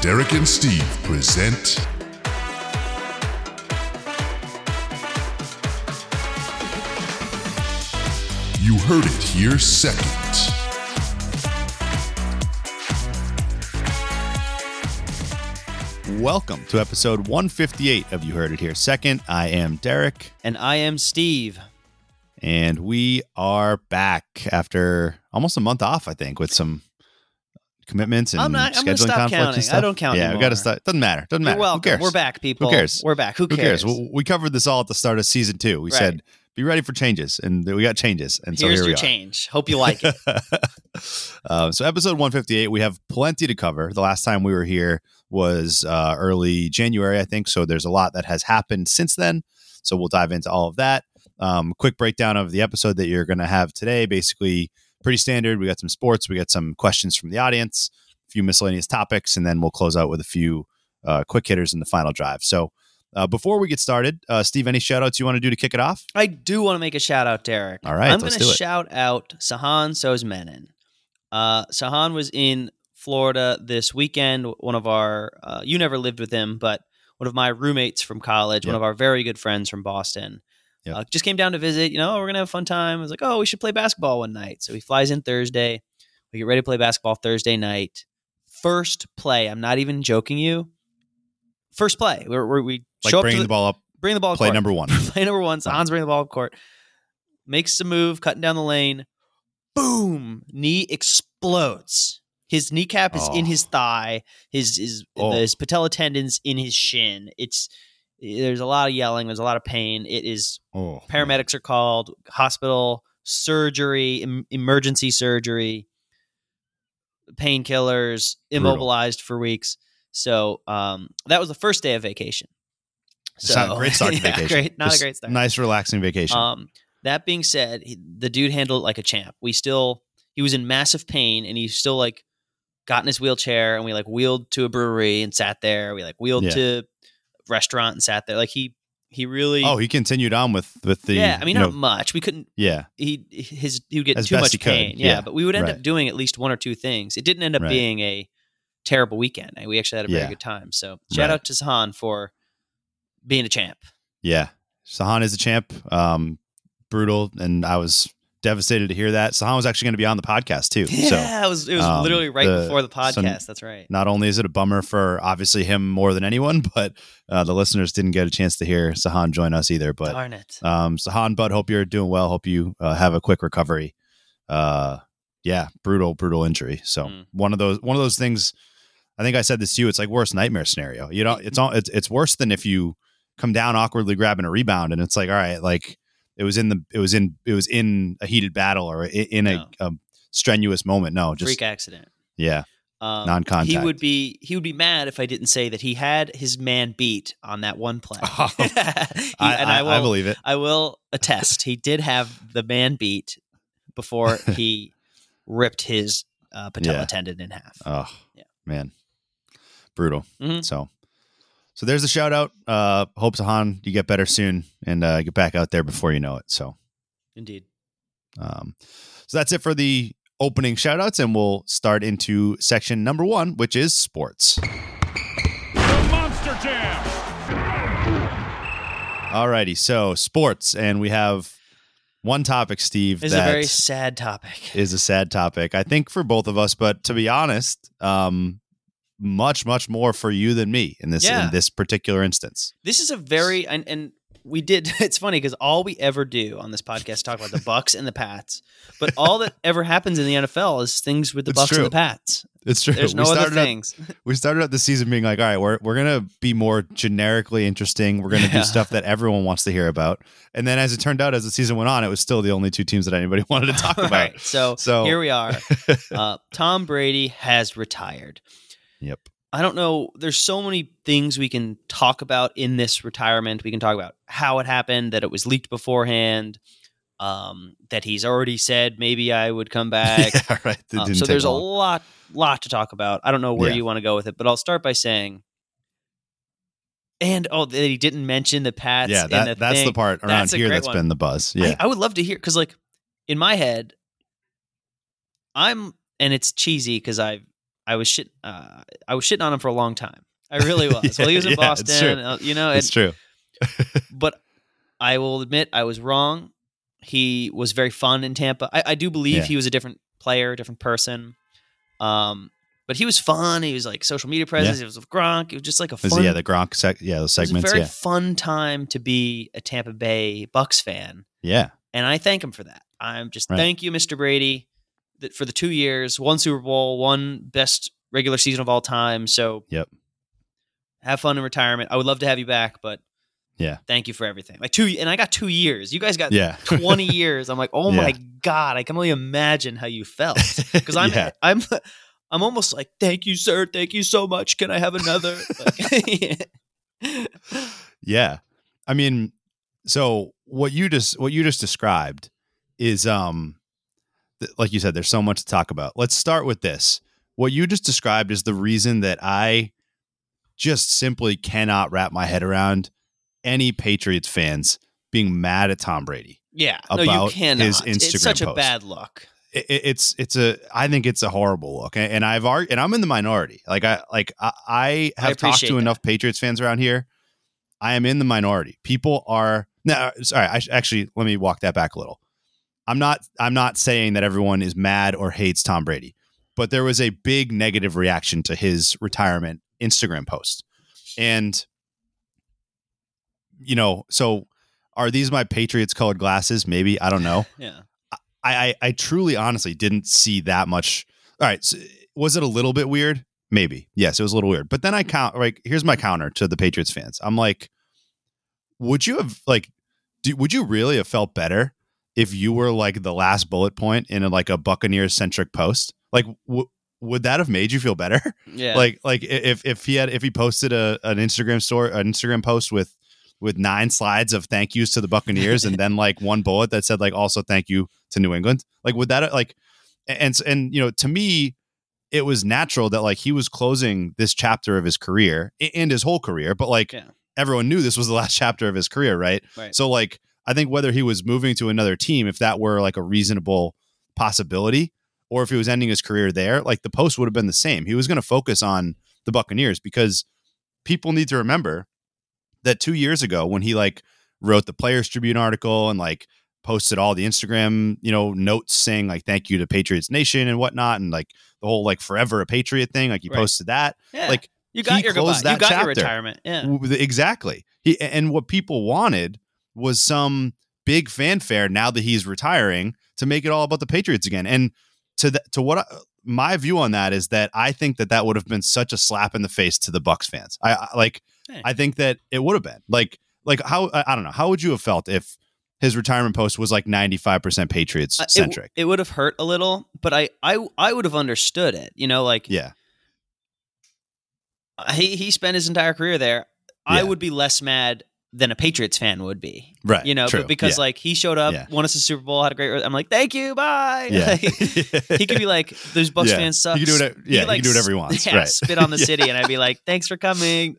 Derek and Steve present You Heard It Here Second. Welcome to episode 158 of You Heard It Here Second. I am Derek, And I am Steve. and we are back after almost a month off, I think, with some commitments and I'm not- I'm gonna scheduling stop conflicts counting. and I stuff. don't count Yeah, we got to anymore. start. Doesn't matter. Doesn't matter. You're Who welcome. cares? We're back, people. cares? We're back. Who Who cares? cares? We, we covered this all at the start of season two. We Right. said, be ready for changes, and we got changes. And so Here's here we your are. change. Hope you like it. Uh, so episode 158 we have plenty to cover the last time we were here was uh, early january i think so there's a lot that has happened since then so we'll dive into all of that um, quick breakdown of the episode that you're going to have today basically pretty standard we got some sports we got some questions from the audience a few miscellaneous topics and then we'll close out with a few uh, quick hitters in the final drive so uh, before we get started uh, steve any shout outs you want to do to kick it off I do want to make a shout out, Derek. All right, I'm let's gonna do it. shout out Sahan Sozmenin. Uh, Sahan was in Florida this weekend. One of our, uh, you never lived with him, but one of my roommates from college, one Yep. of our very good friends from Boston, Yep. uh, just came down to visit. You know, "Oh, we're going to have a fun time. I was like, oh, we should play basketball one night. So he flies in Thursday. We get ready to play basketball Thursday night. First play, I'm not even joking you. First play, we're, we're, we like show up to bringing the, the, ball up bring the ball to play court number one play number one. Sahan's bringing the ball up court, makes the move, cutting down the lane. Boom! Knee explodes. His kneecap is Oh. in his thigh. His his, Oh. his patella tendons in his shin. It's there's a lot of yelling. There's a lot of pain. It is oh paramedics are called, hospital surgery, em- emergency surgery, painkillers, Brutal. immobilized for weeks. So um, that was the first day of vacation. It's not a great start to yeah, vacation. Great, not Just a great start. Nice, relaxing vacation. Um, that being said, he, the dude handled it like a champ. We still, he was in massive pain and he still like got in his wheelchair and we like wheeled to a brewery and sat there. We like wheeled Yeah. to a restaurant and sat there. Like he, he really, oh, he continued on with with the. yeah. I mean, you not know, much. We couldn't, yeah, he, his, he would get As too best much he could, pain. Yeah, yeah, But we would end right. up doing at least one or two things. It didn't end up Right. being a terrible weekend. We actually had a very Yeah. good time. So Right. shout out to Sahan for being a champ. yeah. Sahan is a champ. Um, brutal, and I was devastated to hear that. Sahan was actually going to be on the podcast too. So Yeah, it was it was um, literally right the- before the so- podcast. That's right. not only is it a bummer for obviously him more than anyone, but uh, the listeners didn't get a chance to hear Sahan join us either. But Darn it. Um, so Han, Bud, hope you're doing well. Hope you uh, have a quick recovery. Uh, yeah, brutal, brutal injury. So Mm. one of those, one of those things. I think I said this to you. It's like worst nightmare scenario. You know, it's all it's, it's worse than if you come down awkwardly grabbing a rebound and it's like, all right, like it was in the, it was in, it was in a heated battle or i- in a, No. a strenuous moment. No, just Freak accident. yeah, Um, non-contact. He would be he would be mad if I didn't say that he had his man beat on that one play. Oh. He- I, and I- I, I will believe it. I will attest he did have the man beat before he ripped his uh, patella Yeah. tendon in half. Oh, Yeah. man, brutal. Mhm. So, so there's the shout out. Uh, hope Sahan you get better soon and uh, get back out there before you know it. So, Indeed. um, so that's it for the opening shout outs, and we'll start into section number one, which is sports. Monster Jam. Alrighty, so sports, and we have one topic, Steve. This is a that very sad topic. is a sad topic, I think, for both of us. But to be honest, um, much much more for you than me in this Yeah. in this particular instance. This is a very and, and we did. It's funny because all we ever do on this podcast is talk about the Bucks and the Pats, but all that ever happens in the NFL is things with the It's Bucks true. and the Pats. It's true. There's no other started out- things. we started out the season being like, all right, we're we're gonna be more generically interesting. We're gonna do Yeah. stuff that everyone wants to hear about. And then, as it turned out, as the season went on, it was still the only two teams that anybody wanted to talk about. Right. So, So- here we are. Uh, Tom Brady has retired. Yep. I don't know. There's so many things we can talk about in this retirement. We can talk about how it happened, that it was leaked beforehand, um, that he's already said maybe I would come back. yeah, right. It Um, didn't so take there's long. a lot, lot to talk about. I don't know where Yeah. you want to go with it, but I'll start by saying, and oh, that he didn't mention the Pats. yeah, and that, the that's thing. the part around That's a here great that's one. been the buzz. I- Yeah, I, would love to hear because, like, in my head, I'm, and it's cheesy because I, I was shit. Uh, I was shitting on him for a long time. I really was. Well, he was in Yeah, it's Boston, true. uh, you know. it's true. And, but I will admit I was wrong. He was very fun in Tampa. I, I do believe Yeah. he was a different player, different person. Um, but he was fun. He was like social media presence. He was with Gronk. It was just like a Is fun yeah the Gronk sec- yeah those It was a segments very yeah fun time to be a Tampa Bay Bucks fan, yeah and I thank him for that. I'm just Right. thank you, Mr. Brady, that for the two years, one Super Bowl, one best regular season of all time. So, Yep. have fun in retirement. I would love to have you back, but Yeah. thank you for everything. Like two, and I got two years. You guys got yeah 20 years. I'm like, oh my Yeah. god, I can only imagine how you felt because I'm Yeah. I'm. I'm almost like, thank you, sir. Thank you so much. Can I have another? Like, yeah i mean so what you just what you just described is um th- like you said there's so much to talk about let's start with this what you just described is the reason that i just simply cannot wrap my head around any patriots fans being mad at tom brady Yeah, no, you about cannot. his Instagram it's such a post. bad look. it, it- it's it's a I think it's a horrible look, and, and I've ar- and I'm in the minority. Like I like I, I I have talked appreciate to that. enough Patriots fans around here. I am in the minority. People are no. Sorry, I sh- actually let me walk that back a little. I'm not I'm not saying that everyone is mad or hates Tom Brady, but there was a big negative reaction to his retirement Instagram post, and you know so. Are these my Patriots colored glasses? Maybe I don't know. Yeah, I, I I truly honestly didn't see that much. All right, so was it a little bit weird? Maybe. Yes, it was a little weird. But then I count like here's my counter to the Patriots fans. I'm like, would you have like, do, would you really have felt better if you were like the last bullet point in like a Buccaneers centric post? Like, w- would that have made you feel better? yeah. like like i- if if he had if he posted a an Instagram story an Instagram post with with nine slides of thank yous to the Buccaneers and then like one bullet that said like also thank you to New England like would that like a- and s- and you know to me it was natural that like he was closing this chapter of his career a- and his whole career but like Yeah. everyone knew this was the last chapter of his career right? Right. so like I think whether he was moving to another team if that were like a reasonable possibility or if he was ending his career there, like the post would have been the same. He was going to focus on the Buccaneers because people need to remember that two years ago when he like wrote the Players Tribune article and like posted all the Instagram, you know, notes saying like thank you to Patriots Nation and whatnot and like the whole like forever a Patriot thing, like he Right. posted that. Yeah. like, you got he your goodbye. closed You that got your chapter. retirement. Yeah, W- Exactly. He and what people wanted was some big fanfare now that he's retiring to make it all about the Patriots again. And to the, to what I, my view on that is that I think that that would have been such a slap in the face to the Bucks fans. I, I like Yeah. I think that it would have been like like how I, I don't know how would you have felt if his retirement post was like 95% Patriots Uh, it w- centric. It, would have hurt a little, but I, I, I would have understood it. You know, like uh, yeah. he he spent his entire career there. I Yeah. would be less mad than a Patriots fan would be. Right. You know, True. but because yeah. like he showed up, Yeah. won us a Super Bowl, had a great. I'm like, thank you, bye. yeah. Like, he could be like, those Bucks Yeah. fans suck. You can do it He yeah, could, like, you can do whatever he wants. yeah, right. Spit on the Yeah. city, and I'd be like, thanks for coming.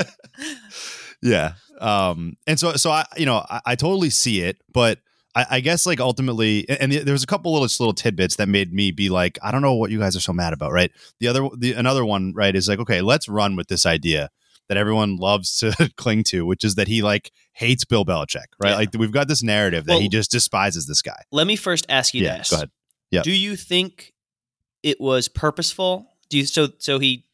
yeah. Um, and so, so I, you know, I, I totally see it, but I, I guess like ultimately, and, and there was a couple little just little tidbits that made me be like, I don't know what you guys are so mad about, right? The other, the another one, right, is like, okay, let's run with this idea that everyone loves to cling to, which is that he like hates Bill Belichick, right? Yeah. Like we've got this narrative that he Well- just despises this guy. Let me first ask you Yeah, this. go ahead. Yep. Do you think it was purposeful? Do you so so he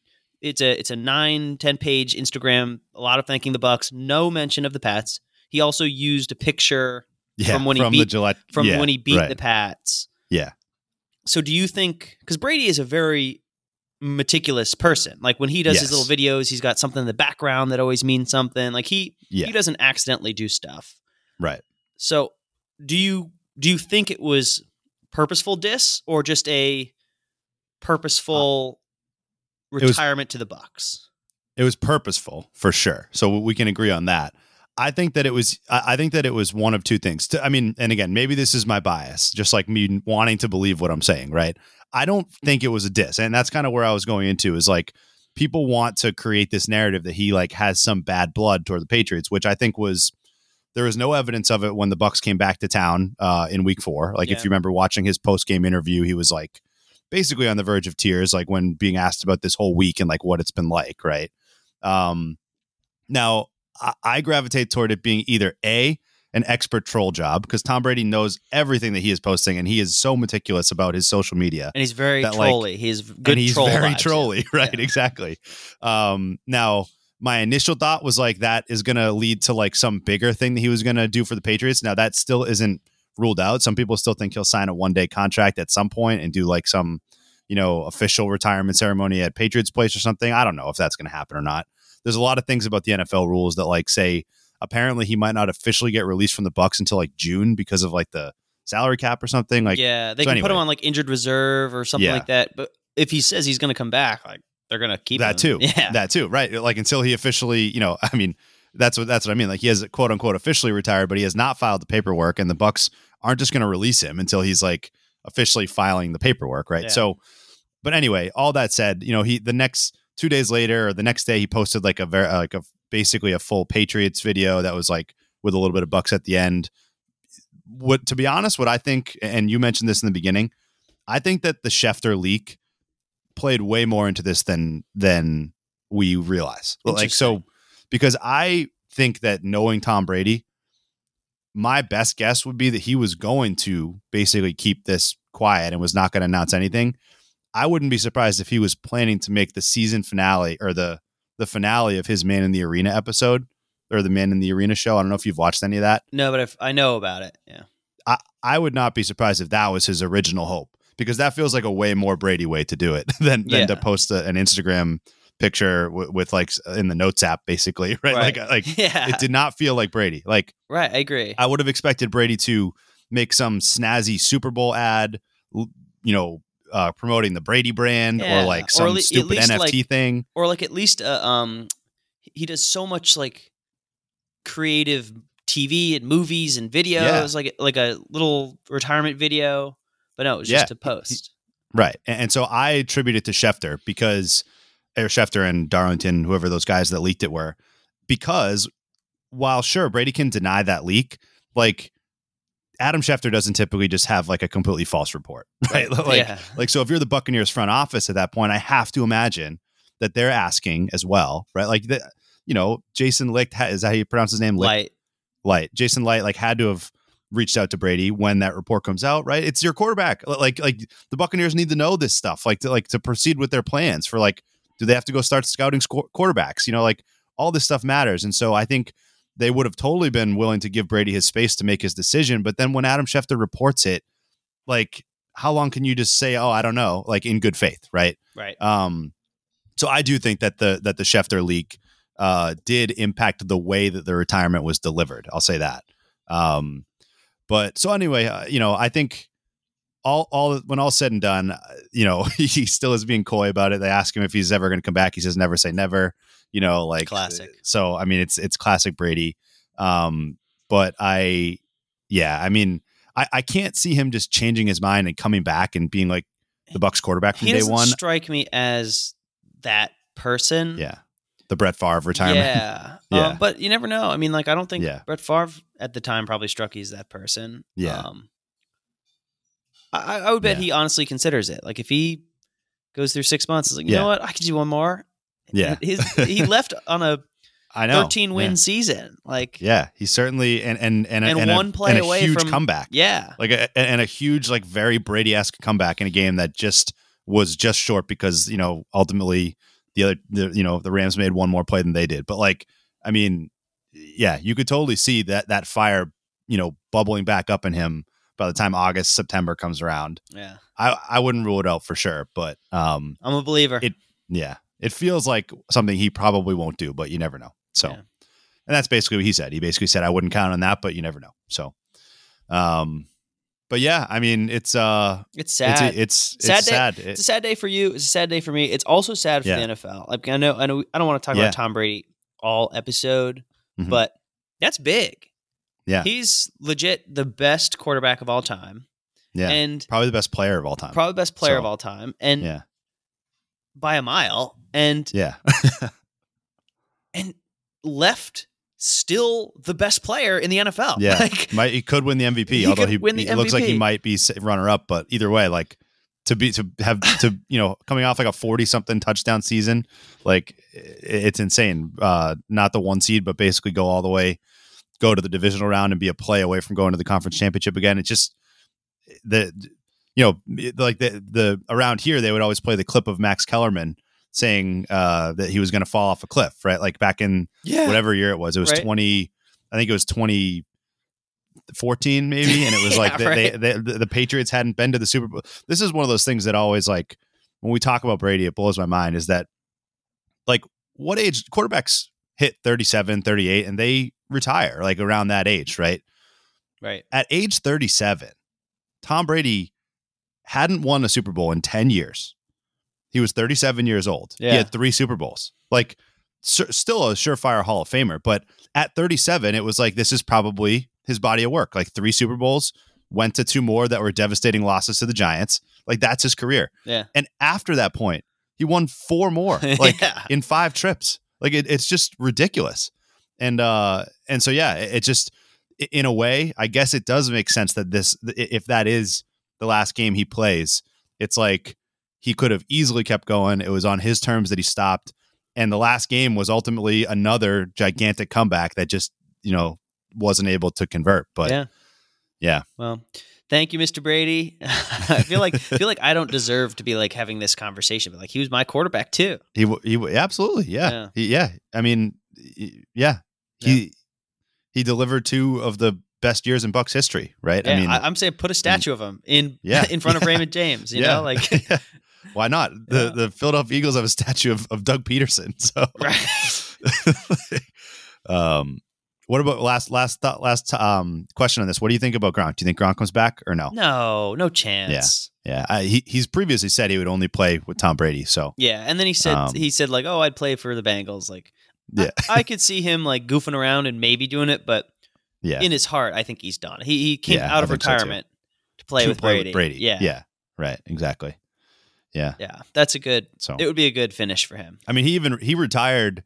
it's a it's a nine, ten page Instagram, a lot of thanking the Bucks, no mention of the Pats. He also used a picture Yeah, From when he the beat- Gillette, from yeah, when he beat right. the Pats. Yeah. So do you think because Brady is a very meticulous person. Like when he does Yes. his little videos, he's got something in the background that always means something. Like he yeah, he doesn't accidentally do stuff. right. So, do you do you think it was purposeful diss or just a purposeful Uh, was- retirement to the Bucks? It was purposeful for sure. So we can agree on that. I think that it was. I I think that it was one of two things. To- I mean, and again, maybe this is my bias, just like me wanting to believe what I'm saying, right? I don't think it was a diss, and that's kind of where I was going into. Is like people want to create this narrative that he like has some bad blood toward the Patriots, which I think was there was no evidence of it when the Bucks came back to town uh, in Week Four. Like Yeah. if you remember watching his post game interview, he was like, basically on the verge of tears, like when being asked about this whole week and like what it's been like, right? Um, now, I, I gravitate toward it being either A, an expert troll job, because Tom Brady knows everything that he is posting and he is so meticulous about his social media and he's very That, like- trolly. he's good and he's troll very vibes. trolly, right? Exactly. Um, now, my initial thought was like that is going to lead to like some bigger thing that he was going to do for the Patriots. Now that still isn't ruled out. Some people still think he'll sign a one day contract at some point and do like some, you know, official retirement ceremony at Patriots Place or something. I don't know if that's going to happen or not. There's a lot of things about the NFL rules that like say apparently he might not officially get released from the Bucks until like June because of like the salary cap or something. Like yeah, they so can put him anyway. on like injured reserve or something Yeah. like that. But if he says he's going to come back, like they're going to keep that him. too. Yeah, that too. Right, like until he officially, you know, I mean, that's what that's what I mean. Like he has quote unquote officially retired, but he has not filed the paperwork, and the Bucks aren't just going to release him until he's like officially filing the paperwork, right? Yeah. So, but anyway, all that said, you know, he the next two days later or the next day he posted like a very like a basically a full Patriots video that was like with a little bit of Bucks at the end. What to be honest, what I think, and you mentioned this in the beginning, I think that the Schefter leak played way more into this than than we realize. Like so because I think that knowing Tom Brady, my best guess would be that he was going to basically keep this quiet and was not going to announce anything. I wouldn't be surprised if he was planning to make the season finale or the the finale of his Man in the Arena episode or the Man in the Arena show. I don't know if you've watched any of that. no, but if I know about it, yeah, I, I would not be surprised if that was his original hope because that feels like a way more Brady way to do it than, than to Yeah. post a, an Instagram picture wi- with like s- in the notes app basically right, Right. like like yeah, it did not feel like Brady like right. I agree. I would have expected Brady to make some snazzy Super Bowl ad l- you know uh, promoting the Brady brand Yeah. or like Or some at le- at stupid least, NFT like- thing or like at least uh, um he does so much like creative TV and movies and videos Yeah. like like a little retirement video but no it was Yeah. just a post Right. And, and so I attribute it to Schefter because, or Schefter and Darlington, whoever those guys that leaked it were, because while sure, Brady can deny that leak, like Adam Schefter doesn't typically just have like a completely false report, right? Like, yeah like, so if you're the Buccaneers front office at that point, I have to imagine that they're asking as well, right? Like, the, you know, Jason Licht, ha- is that how you pronounce his name? Licht? light Light. Jason Light like had to have reached out to Brady when that report comes out, right? It's your quarterback. L- Like like the Buccaneers need to know this stuff, like to like to proceed with their plans for like do they have to go start scouting squ- quarterbacks? You know, like all this stuff matters. And so I think they would have totally been willing to give Brady his space to make his decision, but then when Adam Schefter reports it, like how long can you just say, "Oh, I don't know," like in good faith, right? right Um, so I do think that the that the Schefter leak uh, did impact the way that the retirement was delivered. I'll say that. Um, but so anyway, uh, you know, I think all all when all said and done, uh, you know, he still is being coy about it. They ask him if he's ever going to come back. He says never say never. You know, like Classic. So I mean, it's it's classic Brady. Um, but I, yeah, I mean, I, I can't see him just changing his mind and coming back and being like the Bucks quarterback from he day doesn't one. strike me as that person Yeah. The Brett Favre retirement. yeah, Yeah. Um, but you never know I mean like I don't think Yeah. Brett Favre at the time probably struck you as that person Yeah. um, I, I would bet Yeah. he honestly considers it like if he goes through six months it's like you Yeah. know what I could do one more Yeah. his, he left on a I know. 13 win season. Like, Yeah. yeah. He certainly and and and, a- And a- one play and a away huge from- comeback. yeah, Like a, a- and a huge like very Brady esque comeback in a game that just was just short because you know ultimately the other the, you know the Rams made one more play than they did. But like I mean, yeah, you could totally see that that fire you know bubbling back up in him by the time August September comes around. yeah. I I wouldn't rule it out for sure, but um I'm a believer. It- Yeah. It feels like something he probably won't do, but you never know. So, Yeah. and that's basically what he said. He basically said, I wouldn't count on that, but you never know. So, um, but yeah, I mean, it's, uh, it's sad. It's a, it's, it's, Sad it's day. sad. It- sad day for you. It's a sad day for me. It's also sad for Yeah. the NFL. Like, I know, I know, I don't want to talk Yeah. about Tom Brady all episode, Mhm. but that's big. Yeah. he's legit the best quarterback of all time, yeah. and probably the best player of all time. probably best player So, of all time, and yeah. by a mile, and Yeah. and left still the best player in the NFL. Yeah. like, Might, he could win the MVP, He although could he, win the he looks like he MVP. might be runner up, but either way, like to be to have to you know coming off like a 40 something touchdown season like i- it's insane uh not the one seed but basically go all the way go to the divisional round and be a play away from going to the conference championship again it's just the you know it- like the the around here they would always play the clip of Max Kellerman saying uh that he was going to fall off a cliff right like back in Yeah. whatever year it was it was Right. 20 I think it was 20 14 maybe and it was like Yeah, they, right. they, the, the patriots hadn't been to the super bowl this is one of those things that always like when we talk about brady it blows my mind is that like what age quarterbacks hit 37 38 and they retire like around that age right Right. at age 37 tom brady hadn't won a super bowl in 10 years he was 37 years old he Yeah. had three super bowls like sur- still a surefire hall of famer but at 37 it was like this is probably his body of work like three super bowls went to two more that were devastating losses to the giants like that's his career Yeah. and after that point he won four more like yeah. in five trips. Like it, it's just ridiculous. And uh and so yeah, it, it just i- in a way, I guess it does make sense that this i- if that is the last game he plays, it's like he could have easily kept going. It was on his terms that he stopped. And the last game was ultimately another gigantic comeback that just, you know, wasn't able to convert. But Yeah. yeah. Well, thank you, Mr. Brady. I feel like I feel like I don't deserve to be like having this conversation, but like he was my quarterback too. He, w- he w- absolutely, yeah, Yeah. yeah. He, yeah. I mean, y- yeah, he he delivered two of the best years in Bucks history, right? Yeah, I I mean, am saying put a statue of him in Yeah. in front of Raymond James. You yeah, know, like why not? The Yeah. the Philadelphia Eagles have a statue of, of Doug Peterson. So, right. um, what about last last thought last um question on this? What do you think about Gronk? Do you think Gronk comes back or no? No, no chance. Yeah, I, he he's previously said he would only play with Tom Brady. So Yeah. And then he said Um, he said like, oh, I'd play for the Bengals. Like, I- Yeah. I, could see him like goofing around and maybe doing it, but yeah, in his heart, I think he's done. He he came Yeah, out I of think so, too. retirement to play, To with, Brady. Yeah. yeah, right, exactly. Yeah, Yeah. That's a good. so It would be a good finish for him. I mean, he even he retired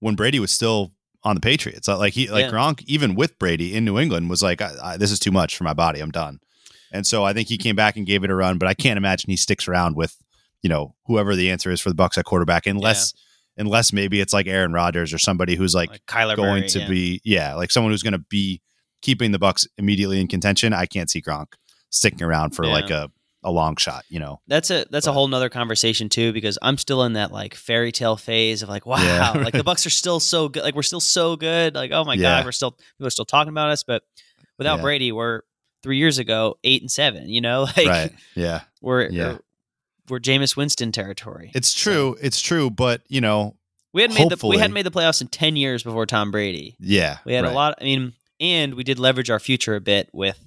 when Brady was still on the Patriots. Uh, Like he, like Yeah. Gronk, even with Brady in New England, was like, I, I, "This is too much for my body. I'm done." And so I think he came back and gave it a run, but I can't imagine he sticks around with you know whoever the answer is for the Bucks at quarterback, unless unless maybe it's like Aaron Rodgers or somebody who's like, Like, Kyler going Murray, to yeah. be yeah, like someone who's going to be keeping the Bucks immediately in contention. I can't see Gronk sticking around for Yeah. like a a long shot, you know. That's a that's a But- whole nother conversation too because I'm still in that like fairy tale phase of like wow Yeah. like the Bucks are still so good like we're still so good like oh my Yeah. god we're still people are still talking about us but without Yeah. Brady we're three years ago eight and seven you know like right. Yeah. we're Yeah. we're, we're Jameis Winston territory It's true. It's true, but you know, we had made the we hopefully- had made the playoffs in ten years before Tom Brady yeah. we had right. a lot I mean and we did leverage our future a bit with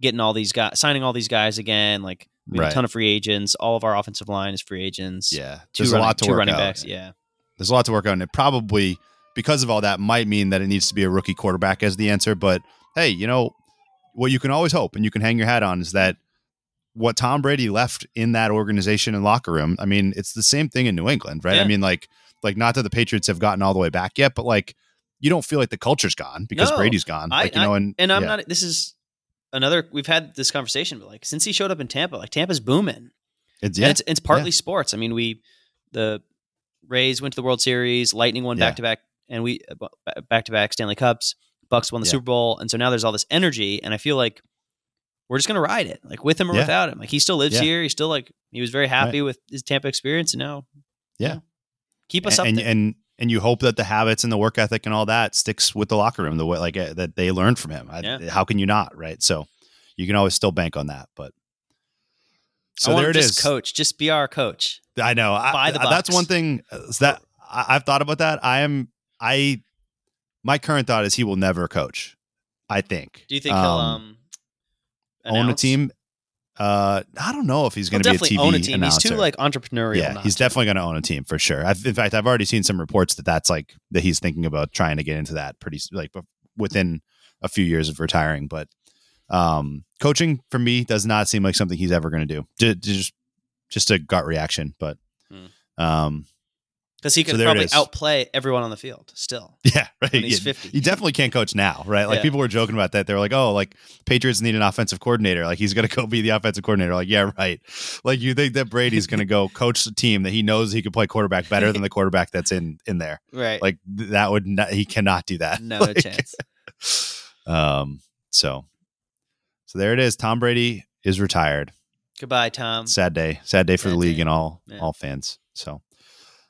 getting all these guys signing all these guys again like we had Right. a ton of free agents all of our offensive line is free agents Yeah, two there's running, a lot to two work running out. backs. Yeah, There's a lot to work on. And it probably because of all that might mean that it needs to be a rookie quarterback as the answer. But hey, you know what you can always hope and you can hang your hat on is that what Tom Brady left in that organization and locker room. I mean, it's the same thing in New England, right? Yeah. I mean, like like not that the Patriots have gotten all the way back yet, but like you don't feel like the culture's gone because No. Brady's gone. I- like you know, and and I'm yeah. not. This is another. We've had this conversation, but like since he showed up in Tampa, like Tampa's booming. it's, Yeah, yeah, it's, it's partly sports. I mean, we the Rays went to the World Series, Lightning won Yeah. back to back, and we back to back Stanley Cups. Bucks won the Yeah. Super Bowl, and so now there's all this energy, and I feel like we're just gonna ride it, like with him or Yeah. without him. Like he still lives Yeah. here. He's still like he was very happy with his Tampa experience, and now Yeah. keep us up. and, there. and and you hope that the habits and the work ethic and all that sticks with the locker room the way like uh, that they learned from him I, Yeah. how can you not right so you can always still bank on that but so I want there him it just is Coach, just be our coach. i know I- Buy the I- that's Bucks. one thing uh, that I, i've thought about that i am i my current thought is he will never coach i think Do you think he'll um own a announce? team uh i don't know if he's He'll going to be a definitely tv own a team. announcer He's too like entrepreneurial. yeah, not he's to. definitely going to own a team for sure. I've, in fact, I've already seen some reports that that's like that he's thinking about trying to get into that pretty s- like bef- within a few years of retiring. But um, coaching for me does not seem like something he's ever going to do. Ju- ju- Just just a gut reaction, but Hmm. um, because he could So there it probably is. outplay everyone on the field still. Yeah, right. When he's Yeah. 50. You definitely can't coach now, right? Like Yeah. people were joking about that. They were like, "Oh, like Patriots need an offensive coordinator. Like he's gonna go be the offensive coordinator." Like, yeah, right. Like you think that Brady's gonna go coach the team that he knows he could play quarterback better than the quarterback that's in in there? Right. Like th- that would not, he cannot do that. no Like, chance. Um. So, so there it is. Tom Brady is retired. Goodbye, Tom. Sad day. Sad day for Um, sad the league day. and all Yeah. all fans. So,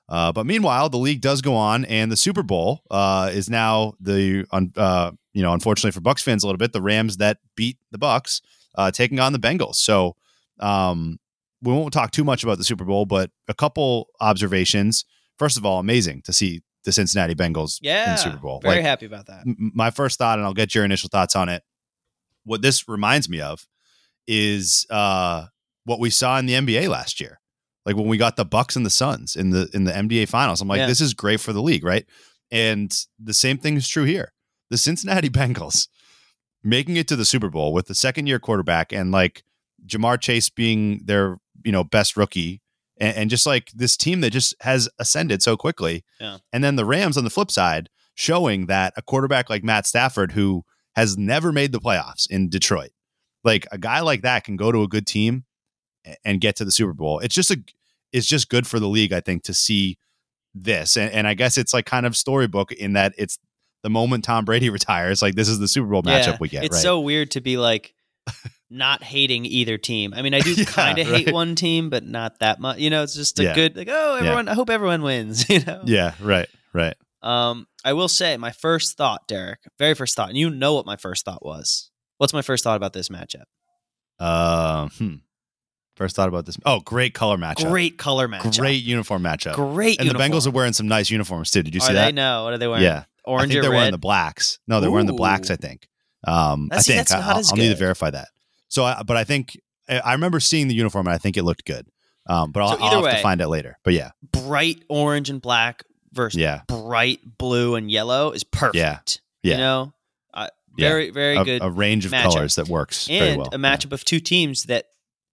uh, but meanwhile, the league does go on, and the Super Bowl uh, is now the un, uh, you know unfortunately for Bucks fans a little bit the Rams that beat the Bucks uh, taking on the Bengals. So, um, we won't talk too much about the Super Bowl, but a couple observations. First of all, amazing to see the Cincinnati Bengals yeah. in the Super Bowl. Very Like, Mm, happy about that. m- my first thought, and I'll get your initial thoughts on it. What this reminds me of is uh, what we saw in the NBA last year, like when we got the Bucks and the Suns in the in the NBA Finals. I'm like, Yeah. this is great for the league, right? And the same thing is true here. The Cincinnati Bengals making it to the Super Bowl with the second year quarterback and like Jamar Chase being their you know best rookie. And, and just like this team that just has ascended so quickly, Yeah. and then the Rams on the flip side showing that a quarterback like Matt Stafford, who has never made the playoffs in Detroit, like a guy like that can go to a good team a- and get to the Super Bowl. It's just a, it's just good for the league, I think, to see this. And, and I guess it's like kind of storybook in that it's the moment Tom Brady retires, like this is the Super Bowl matchup Yeah, we get. It's right? so weird to be like not hating either team. I mean, I do Yeah, kind of hate right. one team, but not that much. You know, it's just a Yeah. good like, oh, everyone. I hope everyone wins. You know. yeah, right, right. Um, I will say my first thought, Derek, very first thought, and you know what my first thought was. What's my first thought about this matchup? Um, hmm. First thought about this. Oh, great color matchup. Great color matchup. Great uniform matchup. Great. and uniform. the Bengals are wearing some nice uniforms too. Did you Are see they that? no? What are they wearing? yeah. Orange I think or they're red? wearing the blacks. No, they're wearing the blacks. Ooh. I think. Um, I That's- see, think that's I, not I'll, as I'll need to good. verify that. So, I, but I think I- I remember seeing the uniform and I think it looked good. Um, but I'll, So I'll either have way- to find it later. But yeah, bright orange and black versus yeah, bright blue and yellow is perfect. yeah. You know, uh, Yeah. very very a, good a range of matchup. colors that works very and well. a matchup of two teams that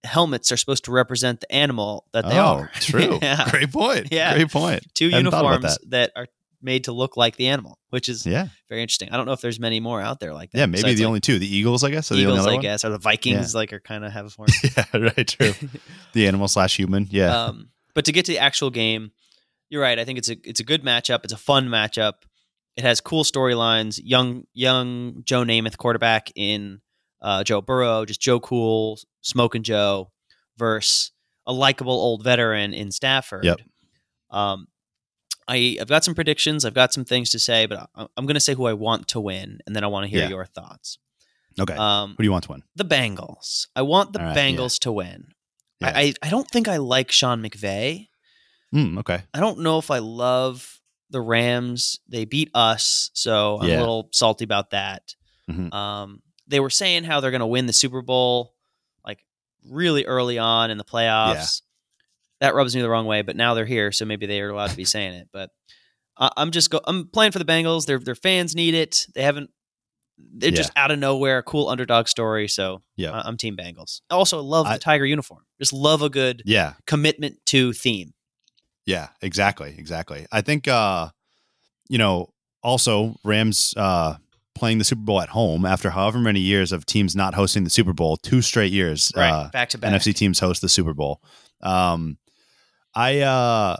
helmets are supposed to represent the animal that Yeah. they oh, are. true. yeah. Great point. Yeah. Great point. Two Hadn't thought about uniforms that. are made to look like the animal, which is Yeah, very interesting. I don't know if there's many more out there like that. yeah. Maybe besides, the like, only two, the Eagles, I guess. Are the only Eagles, other I one? guess, or the Vikings, like are kind of have horns. Yeah, right. True. the animal slash human. Yeah, um, but to get to the actual game, you're right. I think it's a it's a good matchup. It's a fun matchup. It has cool storylines. Young young Joe Namath quarterback in uh, Joe Burrow, just Joe Cool, smoking Joe, versus a likable old veteran in Stafford. Yep. Um, I I've got some predictions. I've got some things to say, but I, I'm going to say who I want to win, and then I want to hear Yeah. your thoughts. okay. Um, Who do you want to win? the Bengals. I want the All right, Bengals to win. Yeah. I, I I don't think I like Sean McVay. Mm, okay. I don't know if I love the Rams. They beat us, so I'm Yeah. a little salty about that. Mhm. Um, they were saying how they're going to win the Super Bowl like really early on in the playoffs. That rubs me the wrong way, but now they're here, so maybe they are allowed to be saying it. But I I'm just go- I'm playing for the Bengals. Their their fans need it. They haven't. They're Yeah. just out of nowhere. A cool underdog story. So Yeah. I- I'm Team Bengals. Also, love I- the Tiger uniform. Just love a good Yeah. commitment to theme. Yeah, exactly, exactly. I think uh you know, also Rams uh playing the Super Bowl at home after however many years of teams not hosting the Super Bowl, two straight years Right, uh back to back. NFC teams host the Super Bowl. Um I uh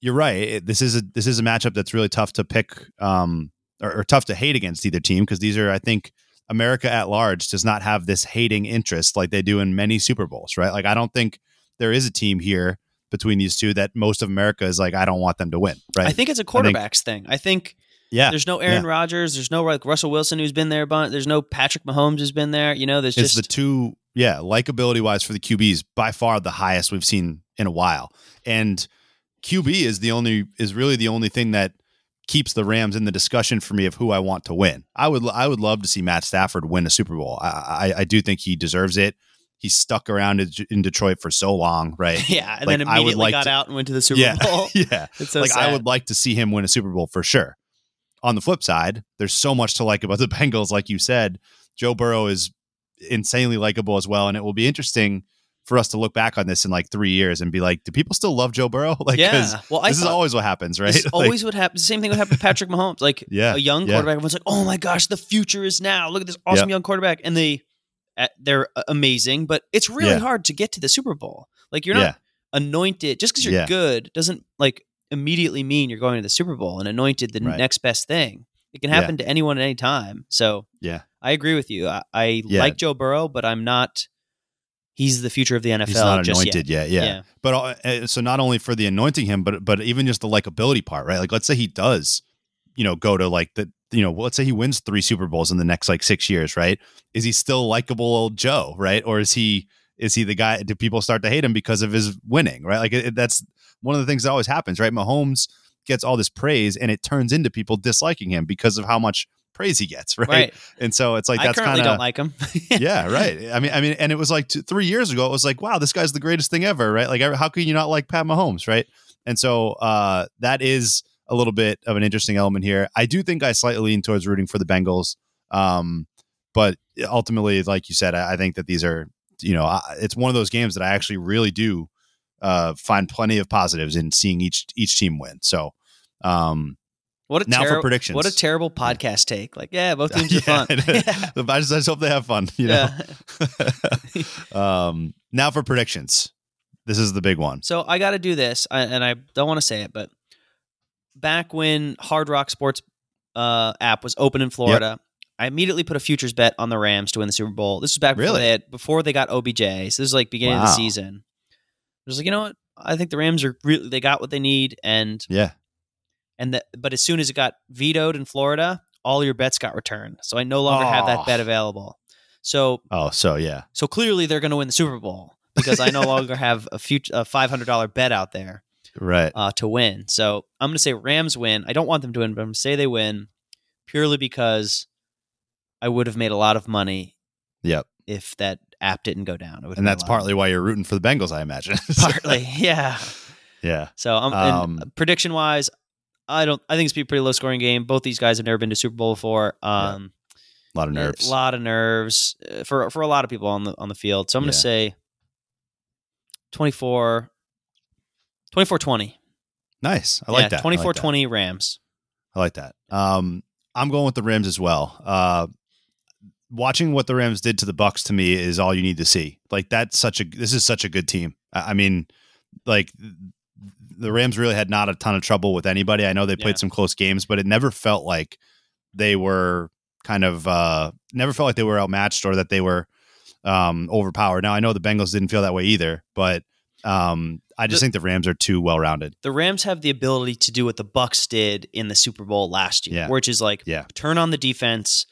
you're right. It- This is a this is a matchup that's really tough to pick um or, or tough to hate against either team because these are I think America at large does not have this hating interest like they do in many Super Bowls, right? Like I don't think there is a team here between these two that most of America is like I don't want them to win, right? I think it's a quarterbacks thing. I think yeah. there's no Aaron Rodgers. There's no like Russell Wilson who's been there a bunch. There's no Patrick Mahomes who's been there. You know, there's It's just the two yeah, likability wise for the QBs by far the highest we've seen in a while. And QB is the only is really the only thing that keeps the Rams in the discussion for me of who I want to win. I would I would love to see Matt Stafford win a Super Bowl. I I, I do think he deserves it. He stuck around in- in Detroit for so long, right? yeah, and like, then I would immediately like got to- out and went to the Super Yeah. Bowl. yeah. It's so like sad. I would like to see him win a Super Bowl for sure. On the flip side, there's so much to like about the Bengals. Like you said, Joe Burrow is insanely likable as well, and it will be interesting for us to look back on this in like three years and be like, do people still love Joe Burrow? Like, 'cause yeah. Well, I this is thought- always what happens, right? This Like, always would happen. The same thing would happen with Patrick Mahomes. Like Yeah, a young yeah. quarterback, everyone's like, "Oh my gosh, the future is now! Look at this awesome young quarterback!" And they, uh, they're uh, amazing, but it's really Yeah. hard to get to the Super Bowl. Like you're not Yeah. anointed just because you're Yeah. good doesn't like immediately mean you're going to the Super Bowl and anointed the Right. next best thing. It can Yeah. happen to anyone at any time. So Yeah. I agree with you. I, I Yeah. like Joe Burrow, but I'm not. He's the future of the NFL. he's not just anointed yet. yet. Yeah. But uh, uh, so not only for the anointing him, but but even just the likability part, right? Like, let's say he does, you know, go to like the, you know, let's say he wins three Super Bowls in the next like six years, right? Is he still likable old Joe, right? Or is he is he the guy? Do people start to hate him because of his winning, right? Like it, it- that's one of the things that always happens, right? Mahomes gets all this praise, and it turns into people disliking him because of how much praise he gets, right? Right. And so it's like I that's currently kind of don't like him. yeah, right. I mean, I mean, and it was like two, three years ago. It was like, wow, this guy's the greatest thing ever, right? Like, how can you not like Pat Mahomes, right? And so uh, that is a little bit of an interesting element here. I do think I slightly lean towards rooting for the Bengals, um, but ultimately, like you said, I, I think that these are, you know, I, it's one of those games that I actually really do uh, find plenty of positives in seeing each each team win. So. Um, What a now for terri- predictions. What a terrible podcast take. Like, yeah, both teams are Yeah, fun. it is. I just, I just hope they have fun, you know. yeah. um, now for predictions. This is the big one. So I got to do this, I, and I don't want to say it, but back when Hard Rock Sports uh, app was open in Florida, I immediately put a futures bet on the Rams to win the Super Bowl. This was back before Really? they had, before they got OBJ. So this is like beginning of the Wow. season. I was like, you know what? I think the Rams are really they got what they need, and Yeah. and that. But as soon as it got vetoed in Florida, all your bets got returned. So I no longer have Aw. that bet available. So Oh, so yeah. so clearly they're going to win the Super Bowl because I no longer have a future a five hundred dollar bet out there Right. uh, to win. So I'm going to say Rams win. I don't want them to win, but I'm going to say they win purely because I would have made a lot of money. Yep. If that app didn't go down, It would have And made a that's lot partly why you're rooting for the Bengals, I imagine. of- partly, yeah. yeah. So I'm Um, prediction wise, I don't. I think it's gonna be a pretty low scoring game. Both these guys have never been to Super Bowl before. Yeah. Um, A lot of nerves. A lot of nerves uh, for for a lot of people on the on the field. So I'm going to Yeah. say 24 24-20. nice. I like that. I like 24 that. 20 Rams. I like that. Um, I'm going with the Rams as well. Uh, watching what the Rams did to the Bucks to me is all you need to see. Like that's such a this is such a good team. I, I mean, like the Rams really had not a ton of trouble with anybody. I know they played Yeah. some close games, but it never felt like they were kind of uh, never felt like they were outmatched or that they were um, overpowered. Now I know the Bengals didn't feel that way either, but um, I just The- think the Rams are too well rounded. The Rams have the ability to do what the Bucks did in the Super Bowl last year, Yeah. which is like Yeah. turn on the defense.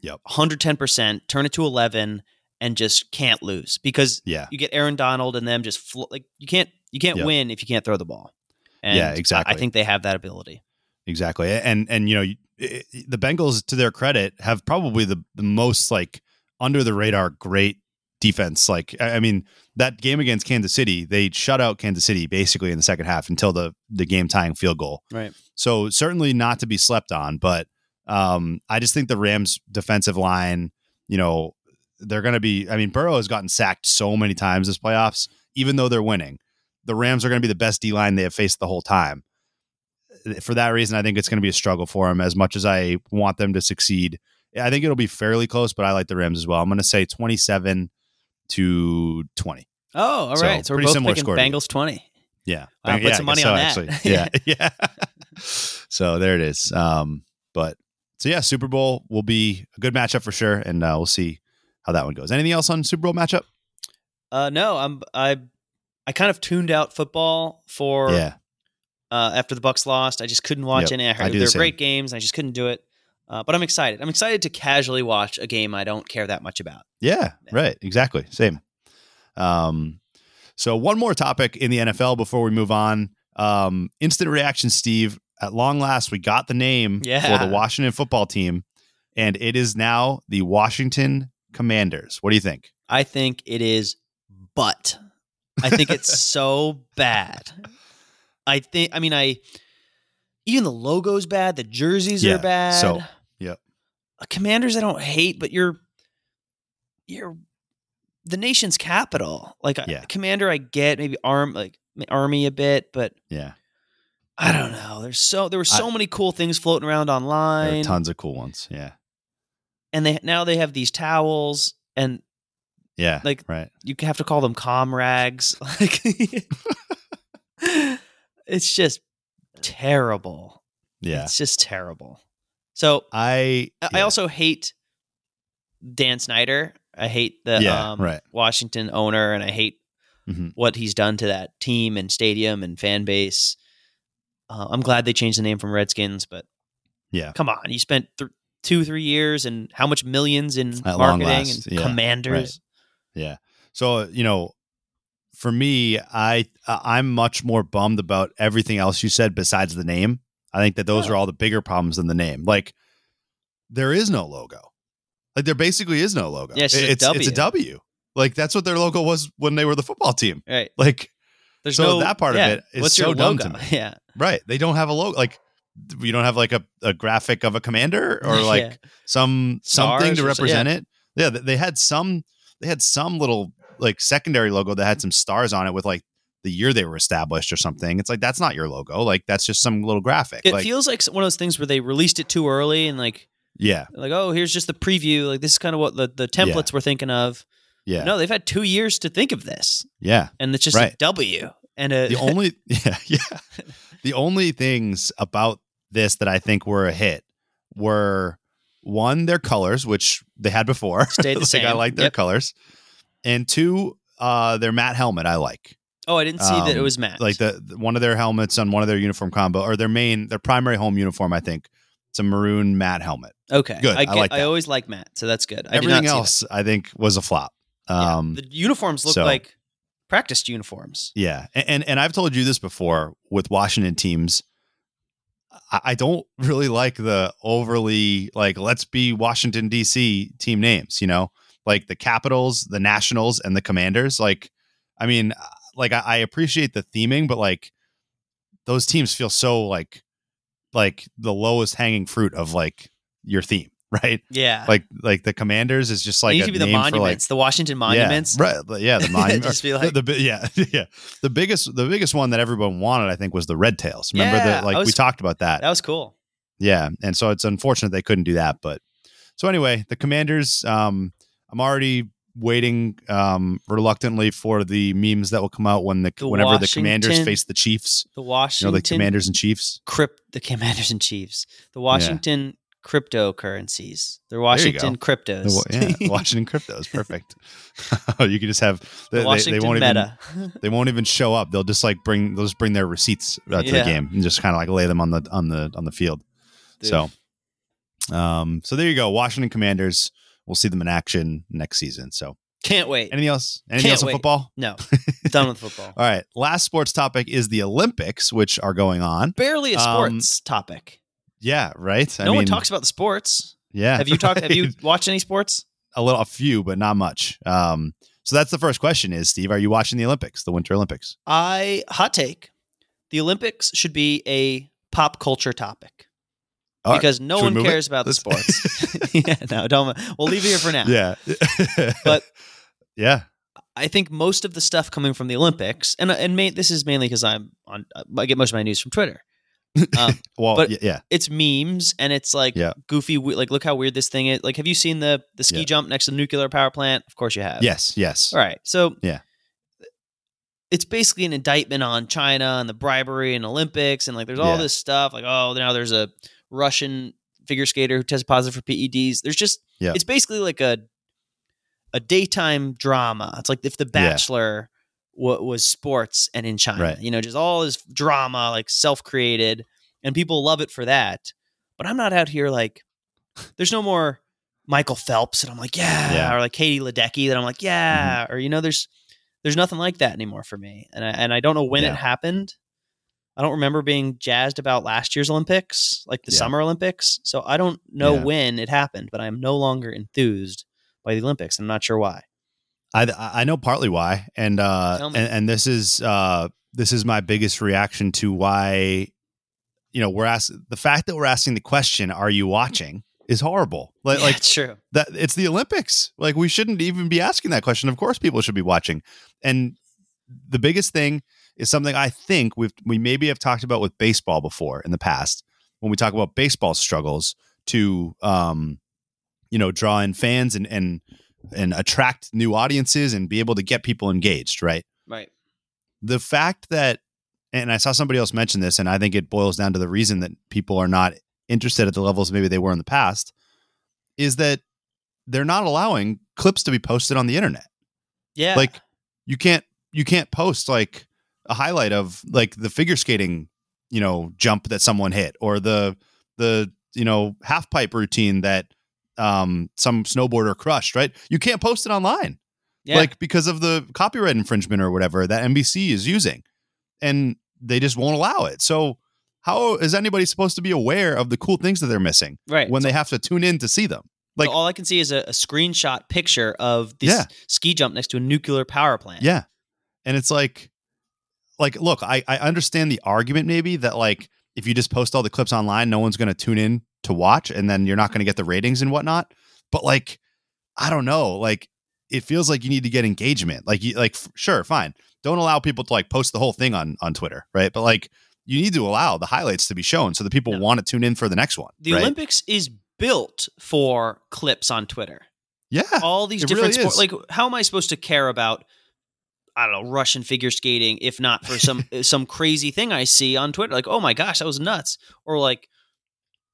Yep. 110%, turn it to 11 and just can't lose because Yeah. you get Aaron Donald and them just fl- like you can't you can't Yep. win if you can't throw the ball. And Yeah, I- I exactly. think they have that ability. Exactly, and and you know you- i- i- the Bengals, to their credit, have probably the, the most like under the radar great defense. Like I I mean, that game against Kansas City, they shut out Kansas City basically in the second half until the the game tying field goal. Right. So certainly not to be slept on, but um, I just think the Rams' defensive line, you know, they're going to be. I mean, Burrow has gotten sacked so many times this playoffs, even though they're winning. The Rams are going to be the best D line they have faced the whole time for that reason, I think it's going to be a struggle for them as much as I want them to succeed. I think it'll be fairly close, but I like the Rams as well. I'm going to say 27 to 20. Oh, all right. So, so, we're pretty both similar picking score to you. Bengals 20. Yeah. Wow, put yeah, some I money guess on so, that. actually. Yeah. yeah. so there it is. Um, but so yeah, Super Bowl will be a good matchup for sure. And uh, we'll see how that one goes. Anything else on Super Bowl matchup? Uh, no, I'm I, I kind of tuned out football for yeah. uh, after the Bucks lost. I just couldn't watch Yep, any. I I heard do the they're same. great games. And I just couldn't do it. Uh, but I'm excited. I'm excited to casually watch a game I don't care that much about. Yeah, Yeah. right. Exactly. Same. Um, so one more topic in the NFL before we move on. Um, instant reaction, Steve. At long last, we got the name Yeah. for the Washington football team, and it is now the Washington Commanders. What do you think? I think it is, but I think it's so bad. I think. I mean, I even the logo's bad. The jerseys Yeah, are bad. so, yep. Uh, Commanders, I don't hate, but you're you're the nation's capital. Like I- Yeah. commander, I get maybe arm like army a bit, but Yeah. I don't know. There's so there were so many cool things floating around There are online, tons of cool ones. Yeah. and they now they have these towels, and Yeah. Like- right. you have to call them com rags. Like it's just terrible. Yeah. It's just terrible. So I I I yeah. also hate Dan Snyder. I hate the Yeah, um, right. Washington owner, and I hate Mhm. what he's done to that team and stadium and fan base. Uh, I'm glad they changed the name from Redskins, but Yeah. come on, you spent th- two, three years and how much millions in At long marketing last, and yeah, commanders? Yeah. So, you know, for me, I I- I'm much more bummed about everything else you said besides the name. I think that those Oh. are all the bigger problems than the name. Like there is no logo. Like there basically is no logo. Yeah, it's just a it's, it's a W. Like that's what their logo was when they were the football team. Right. Like There's So no that part of yeah, it is what's your so dumb to logo? me. Yeah. right, they don't have a logo. Like you don't have like a, a graphic of a commander or Yeah. like some something to Stars or so- yeah. represent it. Yeah, th- they had some they had some little like secondary logo that had some stars on it with like the year they were established or something. It's like that's not your logo. Like that's just some little graphic. it like feels like one of those things where they released it too early and like yeah, like oh here's just the preview like this is kind of what the, the templates we're thinking of yeah, no they've had two years to think of this yeah. and it's just a Right. w and uh, a The only yeah, yeah. The only things about this that I think were a hit were one their colors, which they had before. Stayed the like I same. like their Yep. colors, and two, uh, their matte helmet I like. oh i didn't see that it um, was matt like the the- one of their helmets on one of their uniform combo or their main their primary home uniform i think it's a maroon matte helmet okay good, I i, get- like that. I always like matt so that's good I did everything not see else that. i think was a flop Yeah, um the uniforms look so- like practiced uniforms yeah A- and and i've told you this before with washington teams I- I don't really like the overly like let's be Washington D.C. team names, you know, like the Capitals, the Nationals, and the Commanders. Like, I mean, uh, like I, I appreciate the theming, but like those teams feel so like like the lowest hanging fruit of like your theme, right? yeah Like like the Commanders is just like they a need to be the name for, like, monuments the washington monuments yeah, right? Yeah, the monument. Just be the- like- the, bi- yeah, yeah. The biggest, the biggest one that everyone wanted, I think, was the Red Tails. Remember Yeah, that? I Like we was- talked about that. that was cool Yeah, and so it's unfortunate they couldn't do that. But so anyway, the Commanders. Um, I'm already waiting um reluctantly for the memes that will come out when the, The whenever the Commanders Washington- face the Chiefs. the You know, washington the Commanders and Chiefs. crypt the commanders and chiefs the washington cryptocurrencies the washington The cryptos wa- yeah, Washington cryptos, perfect. you can just have the they, they- washington they won't even meta they won't even show up. They'll just like bring they'll just bring their receipts uh, to the Yeah. game and just kind of like lay them on the on the on the field. Dude. So, um, so there you go, Washington Commanders. We'll see them in action next season. So, can't wait anything else? Anything Can't else in wait. football? no done with football All right. Last sports topic is the Olympics, which are going on. barely a Um, sports topic Yeah, right. no one talks about the sports Yeah. have you talked have you right. watched any sports a little a few, but not much? Um, so that's the first question: Is Steve, are you watching the Olympics, the Winter Olympics? I hot take. The Olympics should be a pop culture topic. All right. because no Should we one move it? cares about the Let's- sports. yeah, no, don't. We'll leave it here for now. Yeah. But- yeah, I think most of the stuff coming from the Olympics, and and ma- this is mainly because I'm on. I get most of my news from Twitter. Um, well, but- y- yeah, it's memes and it's like Yeah. goofy. we- Like, look how weird this thing is. Like, have you seen the the ski Yeah. jump next to the nuclear power plant? Of course you have. yes, yes. All right. So Yeah. It's basically an indictment on China and the bribery and Olympics and like there's all Yeah. this stuff like oh now there's a Russian figure skater who tested positive for PEDs. There's just Yeah. it's basically like a a daytime drama. It's like if The Yeah. Bachelor wa was sports and in China, Right. you know, just all this drama like self created and people love it for that. But I'm not out here like there's no more Michael Phelps and I'm like, yeah, Yeah. or like Katie Ledecky that I'm Mm-hmm. like, yeah, or you know, there's there's nothing like that anymore for me, and I, and I don't know when Yeah. it happened. I don't remember being jazzed about last year's Olympics, like the Yeah. Summer Olympics. So I don't know Yeah. when it happened, but I'm no longer enthused by the Olympics. I'm not sure why. I I know partly why, and uh, Tell and, me. and this is uh, this is my biggest reaction to why, you know, we're asked the fact that we're asking the question, "Are you watching?" is horrible. Like, Yeah, like it's true. that it's the Olympics. Like we shouldn't even be asking that question. Of course, people should be watching. And the biggest thing is something I think we've we maybe have talked about with baseball before in the past when we talk about baseball struggles to um, you know draw in fans and and and attract new audiences and be able to get people engaged. Right Right. the fact that and i saw somebody else mention this and i think it boils down to the reason that people are not interested at the levels maybe they were in the past is that they're not allowing clips to be posted on the internet Yeah. like you can't you can't post like a highlight of like the figure skating you know jump that someone hit or the the you know half pipe routine that um some snowboarder crushed right you can't post it online yeah. like because of the copyright infringement or whatever that NBC is using, and they just won't allow it. So how is anybody supposed to be aware of the cool things that they're missing right. when they have to tune in to see them? So like- all I can see is a, a screenshot picture of this Yeah. ski jump next to a nuclear power plant. Yeah, and it's like, like look, I I understand the argument maybe that like if you just post all the clips online, no one's going to tune in to watch, and then you're not going to get the ratings and whatnot. But like, I don't know, like. It feels like you need to get engagement. Like, you, like, f- sure, fine. Don't allow people to like post the whole thing on on Twitter, right? But like, you need to allow the highlights to be shown so that people No. want to tune in for the next one. The right? Olympics is built for clips on Twitter. yeah, All these It different really sports. Like, how am I supposed to care about? I don't know Russian figure skating, if not for some some crazy thing I see on Twitter, like oh my gosh, that was nuts, or like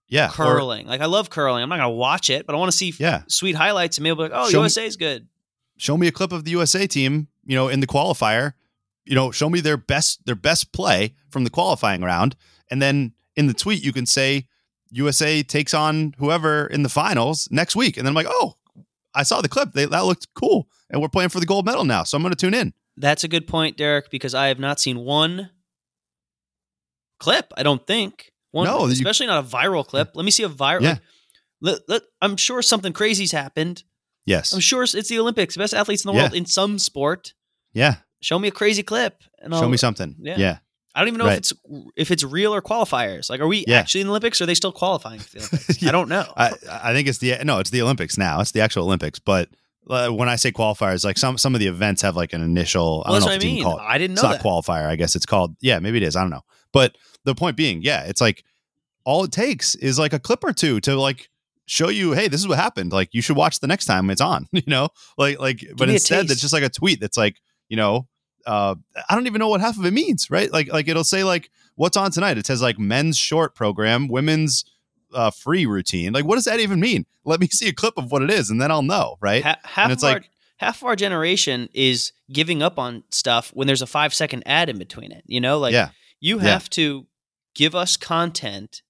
yeah, or- curling. like I love curling. I'm not gonna watch it, but I want to see f- yeah. sweet highlights and maybe be like oh Show me- USA is good. show me a clip of the USA team, you know, in the qualifier, you know, show me their best their best play from the qualifying round, and then in the tweet you can say USA takes on whoever in the finals next week, and then I'm like, oh, I saw the clip, they, that looked cool, and we're playing for the gold medal now, so I'm going to tune in. That's a good point, Derek, because I have not seen one clip. I don't think one, No, you- especially not a viral clip. Let me see a viral. Yeah. Like, let, let, I'm sure something crazy's happened. Yes, I'm sure it's the Olympics, best athletes in the Yeah. world in some sport. yeah, Show me a crazy clip, and I'll, show me something. yeah. yeah. I don't even know Right. if it's if it's real or qualifiers. Like, are we Yeah. actually in the Olympics? Or are they still qualifying? For the Olympics? Yeah. I don't know. I, I think it's the no, it's the Olympics now. It's the actual Olympics. But uh, when I say qualifiers, like some some of the events have like an initial. I Well, don't know that's what I if you can mean. call it. I didn't It's know not that. qualifier. I guess it's called. Yeah, maybe it is. I don't know. But the point being, yeah, it's like all it takes is like a clip or two to like show you, hey, this is what happened. Like you should watch the next time it's on. You know, like like. but me a instead, it's taste. just like a tweet that's like you know. Uh, I don't even know what half of it means, right? Like, like it'll say like, "What's on tonight?" It says like men's short program, women's uh, free routine. Like, what does that even mean? Let me see a clip of what it is, and then I'll know, right? Ha- half And it's of our, like- half of our generation is giving up on stuff when there's a five second ad in between it. You know, like Yeah. you Yeah. have to give us content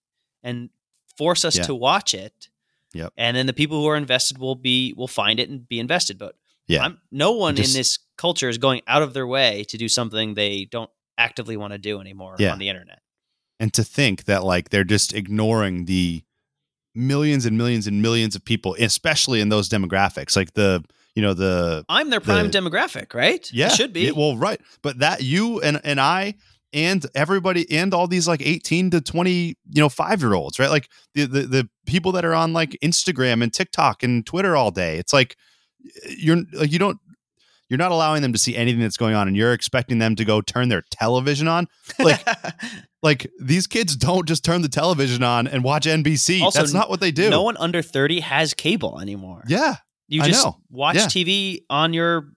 and force us Yeah. to watch it. Yep. And then the people who are invested will be will find it and be invested. But Yeah. I'm, no one Just- in this culture is going out of their way to do something they don't actively want to do anymore Yeah. on the internet. and to think that like they're just ignoring the millions and millions and millions of people, especially in those demographics, like the you know the I'm their prime The- demographic, right? yeah it should be. Yeah, well right, but that you and and I and everybody and all these like 18 to 20 you know five year olds right like the, the the people that are on like instagram and tiktok and twitter all day it's like you're like you don't you're not allowing them to see anything that's going on and you're expecting them to go turn their television on like like these kids don't just turn the television on and watch NBC. Also, That's not what they do. no one under 30 has cable anymore. yeah, You I just know. watch Yeah. TV on your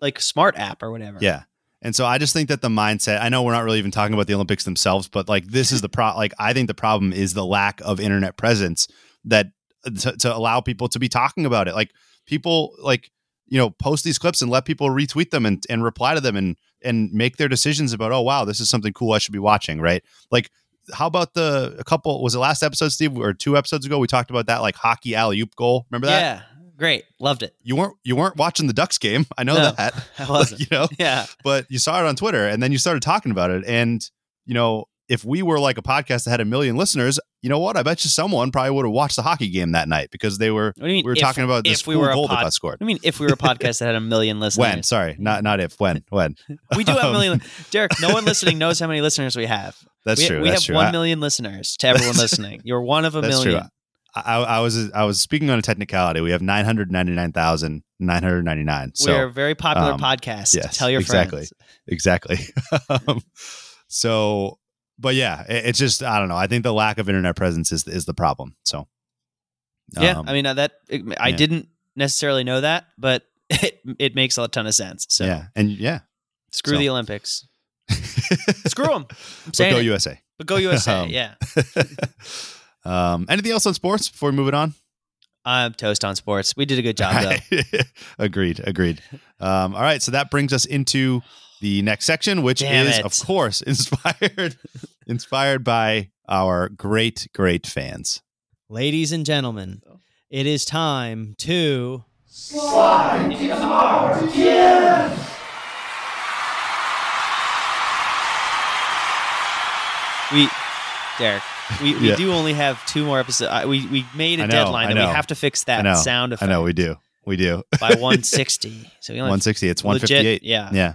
like smart app or whatever. yeah. And so I just think that the mindset. I know we're not really even talking about the Olympics themselves, but like this is the pro. Like I think the problem is the lack of internet presence that uh, to, to allow people to be talking about it. Like people like you know post these clips and let people retweet them and and reply to them and and make their decisions about oh wow this is something cool I should be watching right like. How about the a couple? Was it last episode, Steve, or two episodes ago? We talked about that like hockey alley oop goal. Remember that? Yeah. Great. Loved it. you weren't you weren't watching the Ducks game. I know No, that. I Like, wasn't. you know, yeah. but you saw it on Twitter and then you started talking about it. And, you know, if we were like a podcast that had a million listeners, you know what? I bet you someone probably would have watched the hockey game that night because they were What do you mean? we were if- talking about this if we cool were a goal that pod- got scored. I mean, if we were a podcast that had a million listeners, When? Sorry, not not if. When? When? we do have a Um, million. Derek, no one listening knows how many listeners we have. That's we, true. We that's have true. one I- million listeners to everyone listening. You're one of a that's million. true. I, I was I was speaking on a technicality. We have nine hundred ninety nine thousand nine hundred ninety nine. So we are a very popular um, podcast. yes, Tell your exactly. friends. exactly. um, so, but yeah, it, it's just I don't know. I think the lack of internet presence is is the problem. So, yeah, um, I mean uh, that. I yeah. didn't necessarily know that, but it it makes a ton of sense. So yeah, and yeah, screw So- the Olympics. Screw them. But saying go it. USA. But go USA. Um, yeah, um, anything else on sports before we move it on? I'm toast on sports. We did a good job though. agreed, agreed. Um, all right, so that brings us into the next section, which Damn is, it. of course, inspired inspired by our great, great fans. Ladies and gentlemen, it is time to. We, Derek, we, we Yeah. do only have two more episodes. We we made a I know, deadline I that know. we have to fix I that know, sound effect I know we do, we do. by 160. So we only One have sixty. It's one legit- fifty eight. Yeah. Uh. Yeah.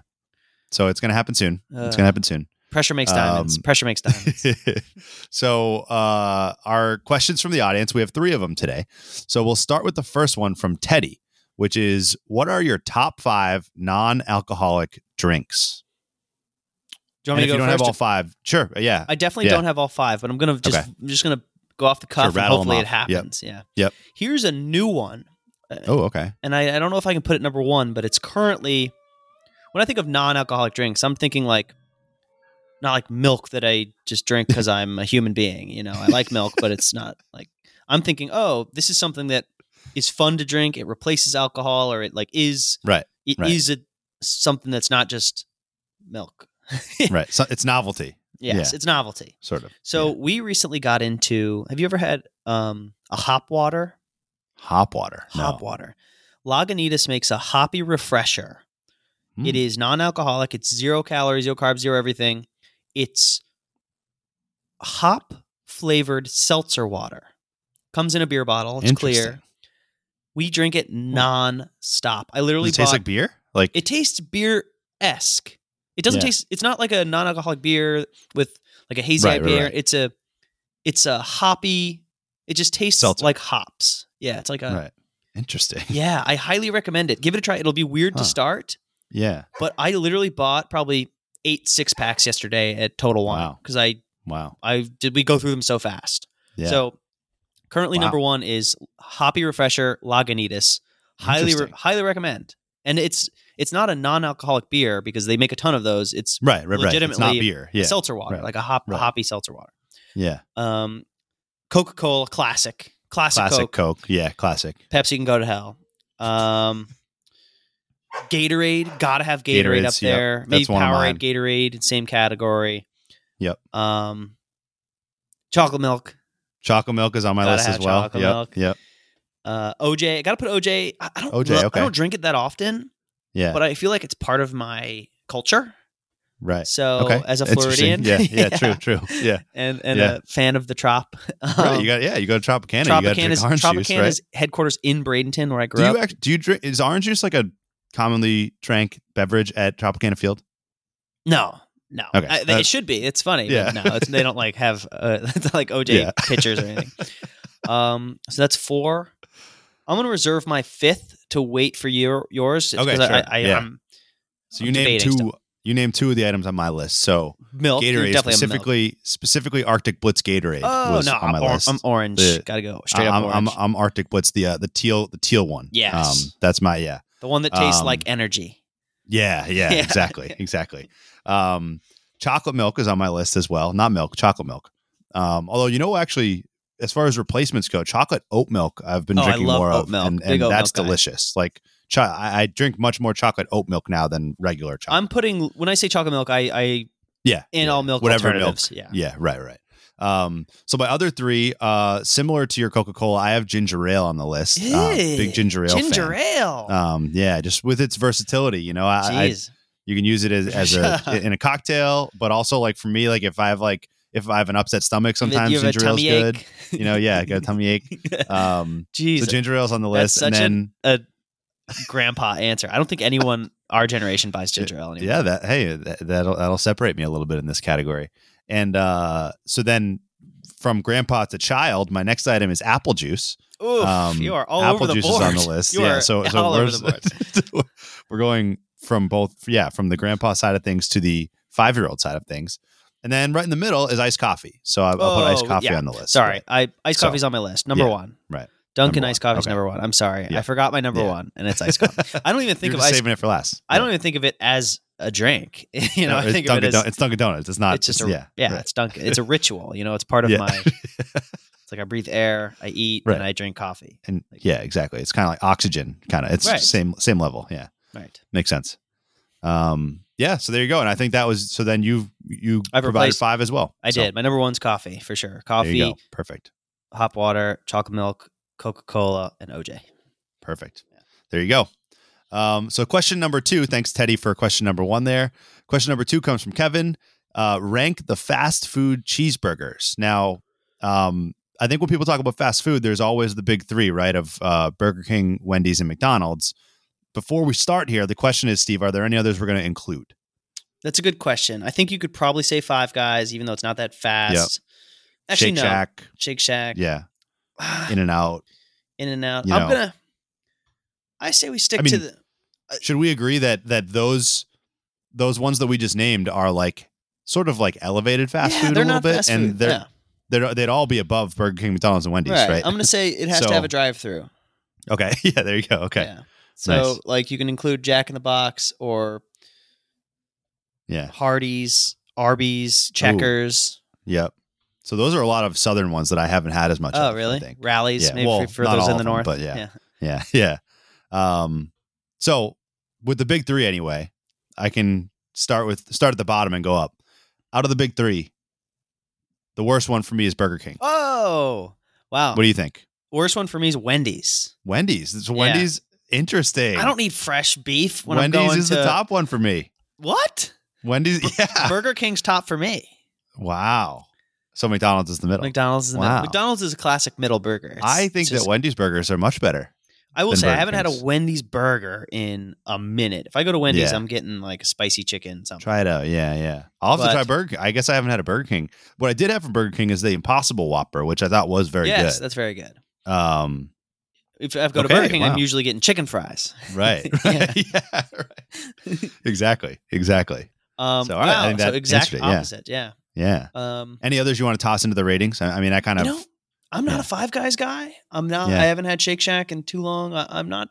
So it's gonna happen soon. it's Ugh. gonna happen soon. Pressure makes diamonds. Um, Pressure makes diamonds. so uh, our questions from the audience we have three of them today so we'll start with the first one from teddy which is what are your top five non-alcoholic drinks And Do you want me if to you go don't have first? all five sure yeah I definitely yeah. don't have all five, but I'm gonna just Okay. I'm just gonna go off the cuff. and rattle 'em hopefully, it off. Yep. happens. Yeah. Yep. Here's a new one. oh okay and I, I don't know if I can put it number one, but it's currently when I think of non-alcoholic drinks, I'm thinking like not like milk that I just drink because I'm a human being. You know, I like milk, but it's not like I'm thinking. Oh, this is something that is fun to drink. It replaces alcohol, or it like is Right, It is right. a, something that's not just milk. right so it's novelty Yes, Yeah. it's novelty. sort of So Yeah. we recently got into. Have you ever had um, a hop water? hop water No. hop water. Lagunitas makes a hoppy refresher. It Mm. is non-alcoholic. It's zero calories, zero carbs, zero everything. It's hop flavored seltzer water. Comes in a beer bottle. It's Interesting. clear. We drink it non-stop. I literally Does it taste bought. like beer like it tastes beer esque. It doesn't Yeah. taste. It's not like a non-alcoholic beer with like a hazy Right, IPA. right, right. It's a. It's a hoppy. It just tastes Seltzer. like hops. Yeah, it's like a. right interesting Yeah, I highly recommend it. Give it a try. It'll be weird Huh. to start, yeah but I literally bought probably eight six packs yesterday at Total Wine Wow. because I wow I did we go through them so fast. yeah So currently Wow. number one is Hoppy Refresher Lagunitas. Highly re- Interesting. highly recommend, and it's it's not a non-alcoholic beer because they make a ton of those. It's right right right it's not legitimately beer yeah seltzer water, right, like a hop right. a hoppy seltzer water. yeah Um, Coca Cola Classic, Classic, classic Coke. coke yeah classic Pepsi can go to hell. Um, Gatorade, gotta have Gatorade up Gatorades, yep. there. That's Maybe one of mine. Powerade, Gatorade, same category. Yep. Um, chocolate milk. chocolate milk is on my Gotta list have as well chocolate yep milk. yep Uh, OJ, I gotta put OJ. I, I don't. OJ, lo- okay. I don't drink it that often, yeah but I feel like it's part of my culture. right So Eh, okay. as a Interesting. Floridian, Yeah, yeah, true, true. Yeah. and and Yeah. a fan of the Trop. Um, right, you got yeah, you go to Tropicana, you got to drink Tropicana's, orange juice, right? Tropicana's headquarters in Bradenton, where I grew do up. you actually, do you drink is orange juice like a commonly drank beverage at Tropicana Field? No, no. Okay. I, Uh, it should be. It's funny. yeah. Yeah. No, it's, they don't like have uh, it's not like OJ Yeah. pictures or anything. Um, so that's four. I'm gonna reserve my fifth to wait for your yours. Okay, 'cause I- sure. I, I, Yeah. I'm So I'm you name two debating still. you name two of the items on my list. So milk. you're Gatorade definitely a milk. specifically specifically Arctic Blitz Gatorade Oh was no, on my I'm, or- list. I'm orange. The- uh, Gotta go straight I'm, up I'm, orange. I'm Arctic Blitz the uh, the teal the teal one. Um, Yes. that's my yeah. the one that tastes um, like energy. Yeah, yeah, Yeah. exactly, exactly. Um, chocolate milk is on my list as well. Not milk, chocolate milk. Um, although you know, actually, as far as replacements go, chocolate oat milk I've been Oh, I drinking love more oat of, milk. and, Big and oat that's milk guy. delicious. Like, cho- I, I drink much more chocolate oat milk now than regular chocolate. I'm putting when I say chocolate milk, I, I yeah, in yeah, all milk whatever milk. alternatives. Yeah. Yeah, right, right. Um, so my other three, uh, similar to your Coca Cola, I have ginger ale on the list. Uh, Ew, big ginger ale. Ginger fan. ale. Um, yeah, just with its versatility, you know, I, I Jeez. you can use it as, as a in a cocktail, but also like for me, like if I have like if I have an upset stomach, You have a- sometimes you have a ginger ale is tummy good. ache. You know, yeah, I got a tummy ache. Um, Jeez, so ginger ale's on the That's list, and such then grandpa answer. I don't think anyone our generation buys ginger ale anymore. yeah, that hey, that, that'll that'll separate me a little bit in this category. And uh, so then from grandpa to child, my next item is apple juice. Oof, Um, you are all apple over the juice board. is on the list. You yeah, are so so all we're, over the board. we're going from both, yeah, from the grandpa side of things to the five year old side of things, and then right in the middle is iced coffee. So I, I'll put Oh, iced coffee yeah. on the list. Sorry, I iced So- coffee's on my list. Number Yeah, one, right. Dunkin' Number iced one. coffee's Okay. number one. I'm sorry, Yeah. I forgot my number Yeah. one, and it's iced coffee. I don't even think You're of just iced. saving it for last. I don't even think of it as a drink. you know, No, I it's think of Dunkin' it as Don- it's Dunkin' Donuts. It's not. it's just a yeah, yeah, right. it's Dunkin'. It's a ritual. You know, it's part of Yeah. my. It's like I breathe air, I eat, Right. and I drink coffee. and yeah, exactly. It's kind of like oxygen. Kind of. It's Right. same same level. Yeah, Right. makes sense. Um, yeah. So there you go. And I think that was so. Then you you I've provided replaced- five as well. I So did. My number one's coffee for sure. There you Coffee, go. Perfect. hot water, chocolate milk, Coca Cola, and OJ. Perfect. There you go. Um, so question number two. Thanks, Teddy, for question number one there. Question number two comes from Kevin. Uh, rank the fast food cheeseburgers. Now, um, I think when people talk about fast food, there's always the big three, right? Of uh, Burger King, Wendy's, and McDonald's. Before we start here, the question is, Steve, are there any others we're going to include? That's a good question. I think you could probably say Five Guys, even though it's not that fast. Shake Actually, no. ah. Shack, Shake Shack. yeah, Yeah. In and Out. In and out. You I'm know. gonna. I say we stick I to mean- the. Should we agree that that those those ones that we just named are like sort of like elevated fast Yeah, food a they're little not bit, fast and food. they're Yeah. they'd, they'd all be above Burger King, McDonald's, and Wendy's, right? I'm gonna say it has So- to have a drive-through. okay, yeah, there you go. Okay, yeah, Yeah. So Nice. like you can include Jack in the Box or Hardee's, Arby's, Checkers. yep. So those are a lot of southern ones that I haven't had as much. Oh, of, I really? think. Rallies, Yeah, maybe well, for, for not those all in the of them, north. but yeah. Yeah, yeah. Um, so with the big three, anyway, I can start with start at the bottom and go up. Out of the big three, the worst one for me is Burger King. Oh, wow. What do you think? Worst one for me is Wendy's. Wendy's. It's Yeah. Wendy's. Interesting. I don't need fresh beef when Wendy's I'm going is to the top Ah. one for me. What? Wendy's. Yeah. Burger King's top for me. wow. So McDonald's is the middle. McDonald's is the Wow. middle. McDonald's is a classic middle burger. It's- I think it's just- that Wendy's burgers are much better. I will than say I Burger haven't had King's. a Wendy's burger in a minute. If I go to Wendy's, Yeah. I'm getting like a spicy chicken something. Try it out. Yeah, yeah. I'll have But- to try Burger King. I guess I haven't had a Burger King. What I did have from Burger King is the Impossible Whopper, which I thought was very yes, good. that's very good. Um, If I go to Okay, Burger King, wow. I'm usually getting chicken fries. right. Yeah. right. yeah. right. exactly. Exactly. Um, So, all right, I wow, think that so exact answered it, yeah. opposite. Yeah. Yeah. Um, Any others you want to toss into the ratings? I, I mean, I kind you of. know, I'm not yeah. a Five Guys guy. I'm not. Yeah. I haven't had Shake Shack in too long. I, I'm not.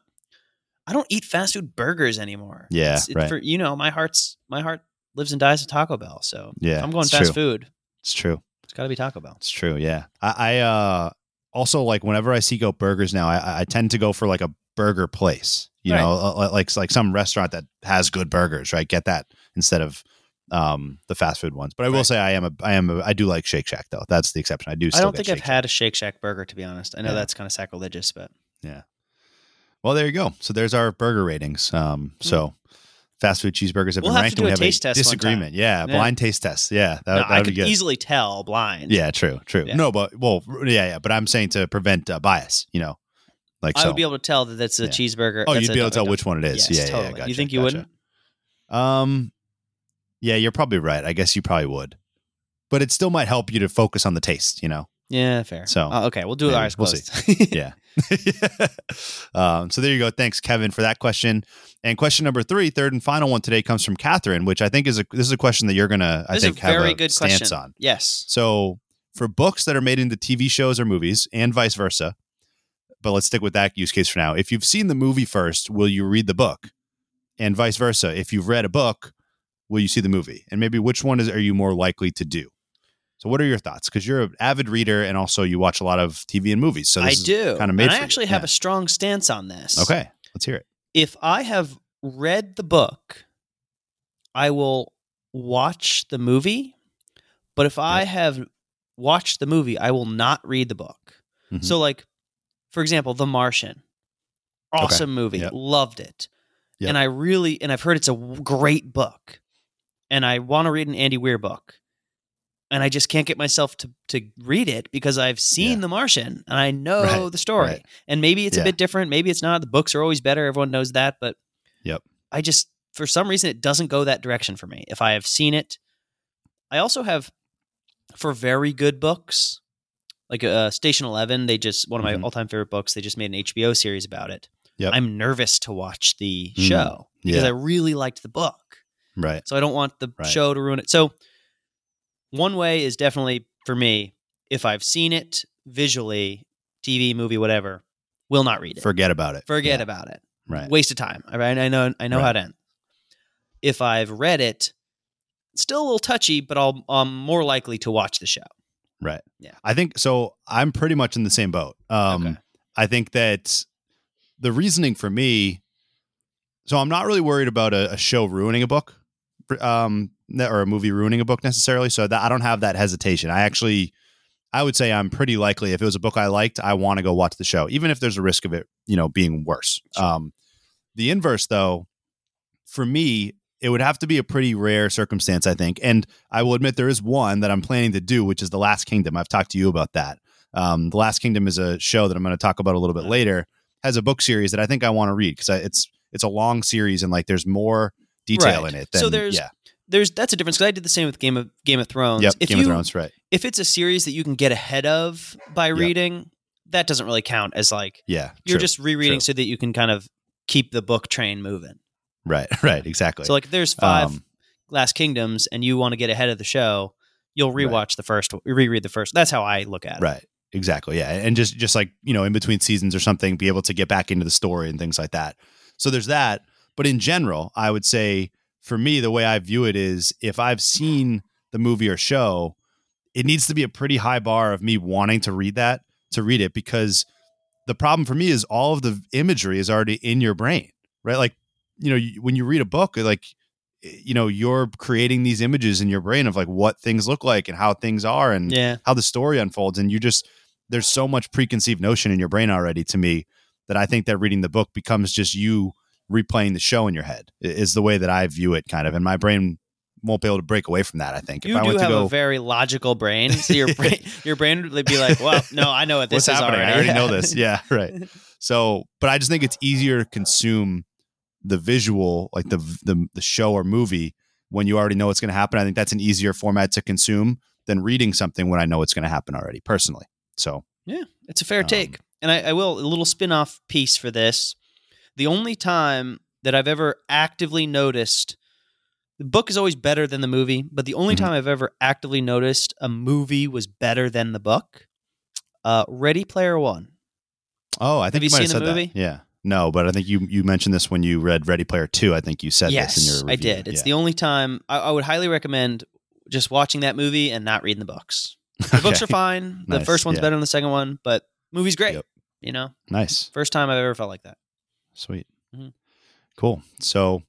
I don't eat fast food burgers anymore. Yeah, It's- it- right. For, you know, my heart's my heart lives and dies at Taco Bell. So yeah. if I'm going it's fast true. food. It's true. It's got to be Taco Bell. It's true. Yeah. I, I uh, also like whenever I seek out burgers now, I, I tend to go for like a burger place, you Right. know, uh, like like some restaurant that has good burgers, right? Get that instead of um the fast food ones. But I will say I am a I am a, I do like Shake Shack though. That's the exception. I do. Still I don't get think I've Shake Shack. had a Shake Shack burger to be honest. I know Yeah. that's kind of sacrilegious, but Well, there you go. So there's our burger ratings. Um, so. Fast food cheeseburgers have Hmm. We'll been have ranked, to and we do a have taste a test one time. disagreement. Yeah, Yeah. blind taste test. Yeah, that, No, that I would could be good. easily tell blind. Yeah, true, true. Yeah. No, but well, yeah, yeah. But I'm saying to prevent uh, bias, you know, like I so. would be able to tell that that's a Yeah. cheeseburger. oh, that's you'd a be able Dunkin' to tell Donuts. which one it is. Yes, yeah, totally. yeah, yeah. Gotcha, you think you gotcha. wouldn't? Um, yeah, you're probably right. I guess you probably would, but it still might help you to focus on the taste. You know. Yeah, fair. So, Uh, okay, we'll do maybe. ours We'll closed. yeah. um, so there you go. Thanks, Kevin, for that question. And question number three, third and final one today, comes from Catherine, which I think is a this is a question that you're gonna I This think is a have very a good stance question. on. Yes. So for books that are made into TV shows or movies and vice versa, but let's stick with that use case for now. If you've seen the movie first, will you read the book? And vice versa, if you've read a book, will you see the movie? And maybe which one is are you more likely to do? So what are your thoughts? Because you're an avid reader and also you watch a lot of TV and movies. So I this do. kind of made and I for you. actually have Yeah. a strong stance on this. Is, okay, let's hear it. If I have read the book, I will watch the movie. But if I have watched the movie, I will not read the book. Mhm. So, like, for example, The Martian. Okay. Awesome movie. Yep. Loved it. Yep. And I really, and I've heard it's a w- great book. And I want to read an Andy Weir book. And I just can't get myself to, to read it because I've seen Yeah. The Martian and I know Right, the story. right. And maybe it's Yeah. a bit different. Maybe it's not. The books are always better. Everyone knows that. But Yep. I just, for some reason, it doesn't go that direction for me. If I have seen it, I also have, for very good books, like uh, Station Eleven. They just one of my Mhm. all-time favorite books. They just made an HBO series about it. Yep. I'm nervous to watch the Mm. show because Yeah. I really liked the book, Right. so I don't want the Right. show to ruin it. So one way is definitely for me if I've seen it visually, TV, movie, whatever, will not read it. Forget about it. Forget Yeah. about it Right. waste of time. All right, I know I know how it ends. If I've read it, it's still a little touchy, but I'll I'm more likely to watch the show. Right. Yeah. I think so. I'm pretty much in the same boat. Um, Okay. I think that the reasoning for me, so I'm not really worried about a, a show ruining a book, um, ne- or a movie ruining a book necessarily. So that I don't have that hesitation. I actually, I would say I'm pretty likely if it was a book I liked, I want to go watch the show, even if there's a risk of it, you know, being worse. Um, the inverse though, for me, it would have to be a pretty rare circumstance, I think. And I will admit there is one that I'm planning to do, which is The Last Kingdom. I've talked to you about that. Um, the Last Kingdom is a show that I'm going to talk about a little bit later. Has a book series that I think I want to read because it's it's a long series and like there's more detail Right. in it. Than, So there's- yeah, There's that's a difference because I did the same with Game of Game of Thrones. yep, if Game you of Thrones, right? if it's a series that you can get ahead of by Yep. reading, that doesn't really count as like Yeah, you're true. just rereading true. so that you can kind of keep the book train moving. right, right, exactly. So like if there's five Um, Last Kingdoms and you want to get ahead of the show, you'll Right. rewatch the first reread the first. That's how I look at it. right exactly yeah and just just like you know in between seasons or something be able to get back into the story and things like that so there's that but in general i would say for me the way i view it is if i've seen the movie or show it needs to be a pretty high bar of me wanting to read that to read it because the problem for me is all of the imagery is already in your brain right like you know you- when you read a book like eh, you know you're creating these images in your brain of like what things look like and how things are and Yeah. how the story unfolds and you just there's so much preconceived notion in your brain already to me that i think that reading the book becomes just you replaying the show in your head i- is the way that i view it kind of and my brain won't be able to break away from that i think You if i do went have to go a very logical brain, so your brain, your brain would be like, "Well, no, I know what this what's is happening already. i already know this yeah right so but i just think it's easier to consume the visual like the the, the show or movie when you already know what's going to happen i think that's an easier format to consume than reading something when i know it's going to happen already personally so It's a fair Um, take, and I, I will a little spin-off piece for this. The only time that I've ever actively noticed the book is always better than the movie, but the only Mhm. time I've ever actively noticed a movie was better than the book, uh, Ready Player One. Oh, I Have think you you, might have seen said the movie? that. Yeah. No, but I think you you mentioned this when you read Ready Player Two. I think you said yes, this in your review. I did. It's the only time I, I would highly recommend just watching that movie and not reading the books. the The books are fine. The Nice, first one's yeah. better than the second one, but movie's great. Yep. You know, Nice, first time I've ever felt like that. sweet, Mhm. cool. So,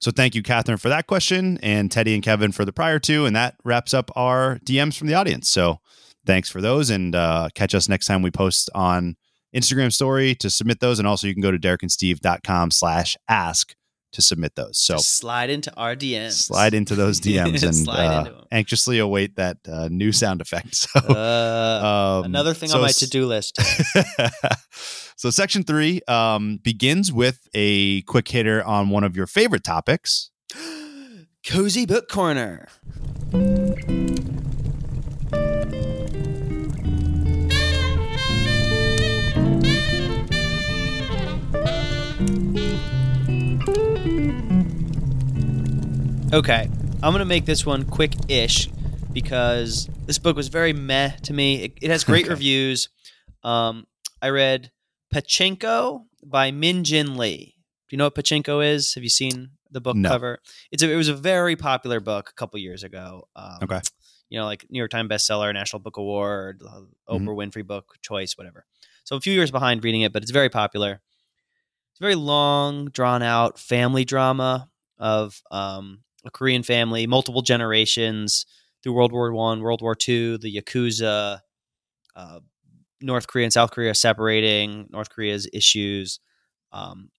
so thank you, Catherine, for that question, and Teddy and Kevin for the prior two, and that wraps up our DMs from the audience. So, thanks for those, and uh, catch us next time we post on Instagram Story to submit those, and also you can go to derekandsteve.com slash ask to submit those. So. Just slide into our DMs. Slide into those DMs and Slide uh, into 'em. anxiously await that uh, new sound effect. So, Uh, um, another thing so on my s- to do list. so section three um, begins with a quick hitter on one of your favorite topics. Cozy Book Corner. Okay, I'm going to make this one quick ish because this book was very meh to me. It, it has great Okay. reviews. Um, I read Pachinko by Min Jin Lee. Do you know what Pachinko is? Have you seen the book No. cover? It's a, it was a very popular book a couple years ago. Um, Okay. You know, like New York Times bestseller, National Book Award, uh, Oprah Winfrey book choice, whatever. So a few years behind reading it, but it's very popular. It's a very long, drawn out family drama of um, a Korean family, multiple generations through World War One, World War Two, the Yakuza, uh, North Korea and South Korea separating, North Korea's issues, um,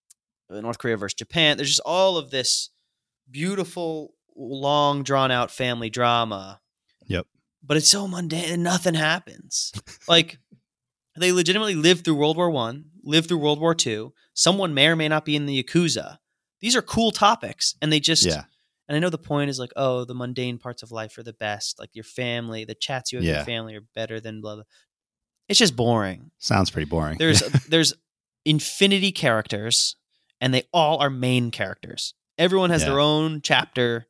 North Korea versus Japan. There's just all of this beautiful, long, drawn out family drama. Yep. But it's so mundane and nothing happens. like they legitimately lived through World War One, lived through World War Two. Someone may or may not be in the Yakuza. These are cool topics, and they just Yeah, and I know the point is like, oh, the mundane parts of life are the best. Like your family, the chats you have with Yeah. your family are better than blah blah. It's just boring. Sounds pretty boring. There's there's infinity characters, and they all are main characters. Everyone has Yeah. their own chapter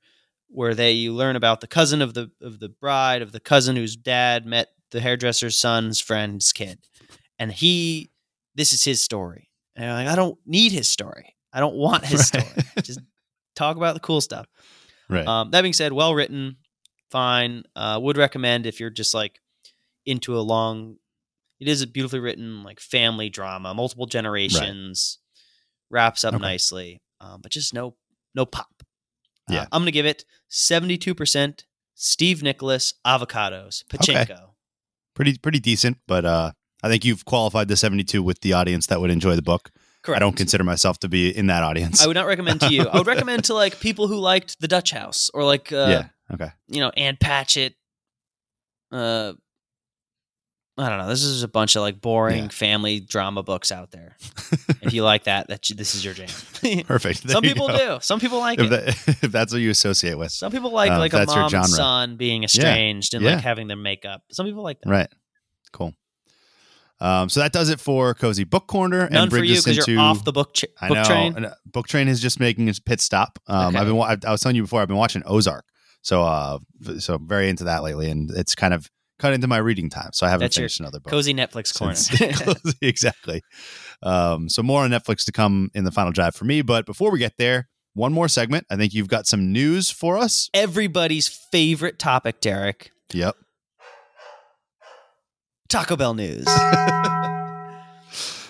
where they you learn about the cousin of the of the bride of the cousin whose dad met the hairdresser's son's friend's kid, and he this is his story. And you're like, I don't need his story. I don't want his Right. story. Just talk about the cool stuff. right. Um, that being said, well written, fine. Uh, would recommend if you're just like into a long. It is a beautifully written like family drama, multiple generations, wraps up Okay. nicely, um, but just no no pop. Uh, Yeah. I'm gonna give it seventy two percent. Steve Nicholas avocados pachinko. pretty pretty decent, but uh, I think you've qualified the 72 with the audience that would enjoy the book. Correct. I don't consider myself to be in that audience. I would not recommend to you. I would recommend to like people who liked the Dutch House or like uh, yeah. Okay. you know, Ann Patchett. Uh, I don't know. This is a bunch of like boring Yeah. family drama books out there. if you like that, that this is your jam. Perfect. Some There you people go. do. Some people like If, it. that, if that's what you associate with. Some people like Um, like a that's your mom and genre. son being estranged and Yeah. like having their makeup. Some people like that. Right. Cool. Um, so that does it for Cozy Book Corner None and for brings you us because into you're off the book, ch- I book know. train. And, uh, Book train is just making its pit stop. Um, Okay. I've been. wa- I, I was telling you before. I've been watching Ozark, so uh, f- so I'm very into that lately, and it's kind of cut into my reading time. So I haven't That's your finished another book. Cozy Netflix corner. since- cozy- exactly. Um, so more on Netflix to come in the final drive for me. But before we get there, one more segment. I think you've got some news for us. Everybody's favorite topic, Derek. Yep. Taco Bell news.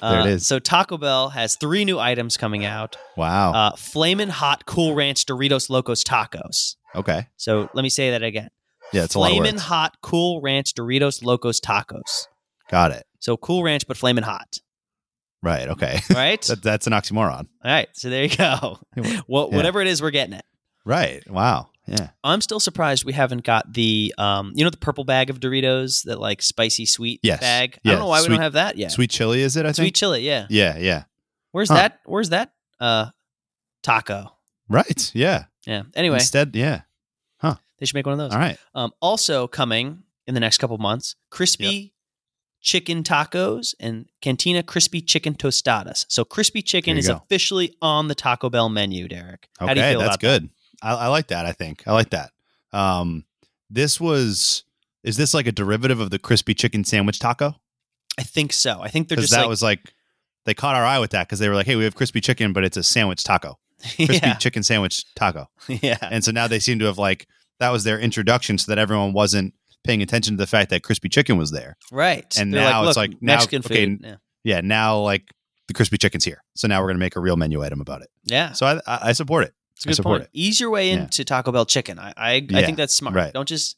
There it Uh, is. So Taco Bell has three new items coming out. Wow. uh, flamin' hot Cool Ranch Doritos Locos Tacos. okay. So let me say that again. Yeah, it's a lot of Flamin' words. hot Cool Ranch Doritos Locos Tacos. Got it. So Cool Ranch, but flamin' hot. Right. Okay. Right. that, that's an oxymoron. All right. So there you go. Well, Yeah. whatever it is, we're getting it. Right. Wow. Yeah. I'm still surprised we haven't got the, um, you know, the purple bag of Doritos, that like spicy sweet Yes. bag. I Yeah. don't know why we Sweet- don't have that yet. Sweet chili is it? I Sweet think. chili. Yeah. yeah. Yeah. Where's Huh. that? Where's that? Uh, taco. Right. Yeah. Yeah. Anyway, Instead. Yeah. they should make one of those. All right. Um, also coming in the next couple months, crispy chicken tacos and Cantina crispy chicken tostadas. So crispy There chicken you is go. officially on the Taco Bell menu, Derek. Okay, How do you feel that's about good. I, I like that. I think I like that. Um, this was is this like a derivative of the crispy chicken sandwich taco? that? I think so. I think they're Because just that like, was like they caught our eye with that because they were like, "Hey, we have crispy chicken, but it's a sandwich taco, crispy yeah, chicken sandwich taco." yeah, And so now they seem to have like that was their introduction, so that everyone wasn't paying attention to the fact that crispy chicken was there. right. And They're now it's "Look, like, now- Mexican okay, food. Yeah. Yeah, now like the crispy chicken's here, so now we're gonna make a real menu item about it. yeah, So I I, I support it. it's a I good support point. Ease your way Yeah. into Taco Bell chicken. I I, I Yeah, think that's smart. right. Don't just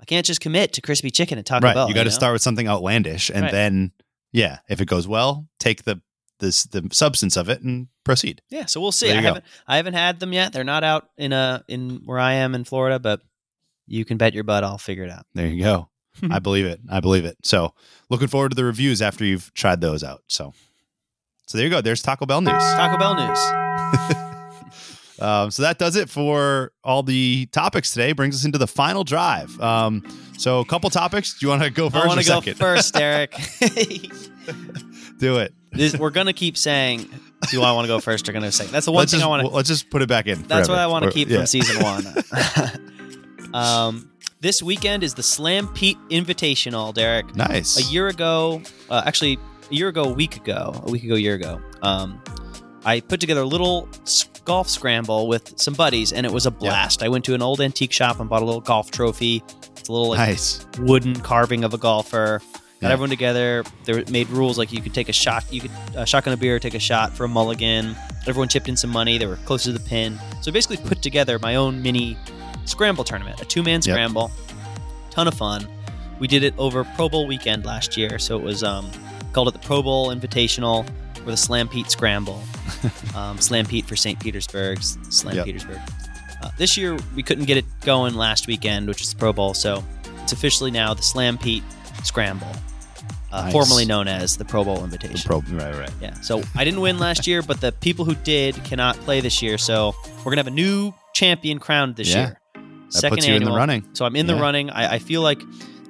I can't just commit to crispy chicken at Taco right. Bell. you got to know? start with something outlandish, and Right. then yeah, if it goes well, take the this the substance of it and proceed. Yeah, so we'll see. There I you go. haven't I haven't had them yet. They're not out in uh in where I am in Florida, but you can bet your butt I'll figure it out. There you go. I believe it. I believe it. So looking forward to the reviews after you've tried those out. So so there you go. There's Taco Bell news. Taco Bell news. Um, so that does it for all the topics today. Brings us into the final drive. Um, so a couple topics. Do you want to go I first want or to go second? first, Eric. Do it. this, we're gonna keep saying, "Do I want to go first or gonna second? That's the one let's thing just, I want to Let's just put it back in. That's forever. what I want to We're- keep yeah. from season one. um, this weekend is the Slam Pete Invitational, Derek. Nice. A year ago, uh, actually, a year ago, a week ago, a week ago, a year ago, um, I put together a little s- golf scramble with some buddies, and it was a blast. I went to an old antique shop and bought a little golf trophy. It's a little like nice. wooden carving of a golfer. Got Yeah. everyone together. They were- made rules like you could take a shot, you could uh, shotgun a beer, take a shot for a mulligan. Everyone chipped in some money. They were close to the pin. So I basically put together my own mini scramble tournament, a two man Yep. scramble. Ton of fun. We did it over Pro Bowl weekend last year. So it was um, called it the Pro Bowl Invitational or the Slam Pete Scramble. um, Slam Pete for St. Petersburg's, Slam Yep. Petersburg. Uh, this year, we couldn't get it going last weekend, which was the Pro Bowl. So it's officially now the Slam Pete Scramble, uh, Nice. formerly known as the Pro Bowl Invitation. The prob- right, right. yeah. So I didn't win last year, but the people who did cannot play this year. So we're going to have a new champion crowned this Yeah. year. That puts you in the running. So I'm in the Yeah. running. I, I feel like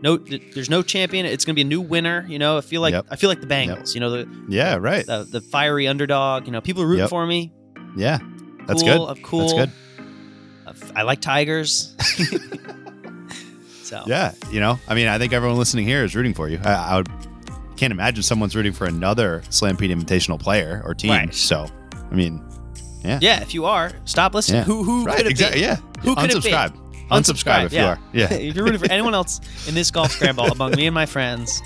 No, th- there's no champion. It's going to be a new winner. You know, I feel like Yep. I feel like the Bengals. You know, the, Yeah, right. the the fiery underdog. You know, people are rooting Yep. for me. Yeah, that's cool, good. I'm cool. That's good. I f- I like tigers. so Yeah, you know, I mean, I think everyone listening here is rooting for you. I, I would, can't imagine someone's rooting for another Slampede Invitational player or team. Right. So, I mean, yeah, if you are, stop listening. Yeah. Who who could it exactly. be? Yeah, Who could it be? unsubscribe? Unsubscribe if yeah. you are. Yeah, if you're rooting for anyone else in this golf scramble among me and my friends,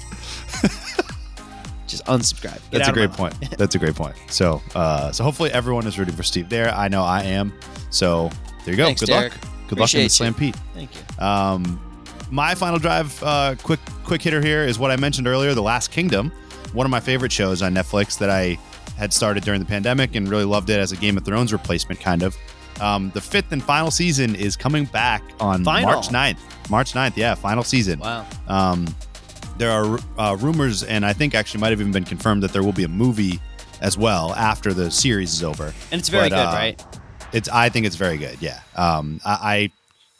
just unsubscribe. Get that's out a of my great life. point. That's a great point. So, uh, so hopefully everyone is rooting for Steve there. I know I am. So there you go. Thanks, good Derek. luck. Good luck in the Appreciate Slampede. Thank you. Um, my final drive, uh, quick quick hitter here is what I mentioned earlier, The Last Kingdom, one of my favorite shows on Netflix that I had started during the pandemic and really loved it as a Game of Thrones replacement, kind of. Um, the fifth and final season is coming back on Final. March 9th. March 9th, yeah, final season. Wow. Um, there are uh, rumors, and I think actually might have even been confirmed that there will be a movie as well after the series is over. And it's very But, good, uh, right? It's I think it's very good. Yeah. Um, I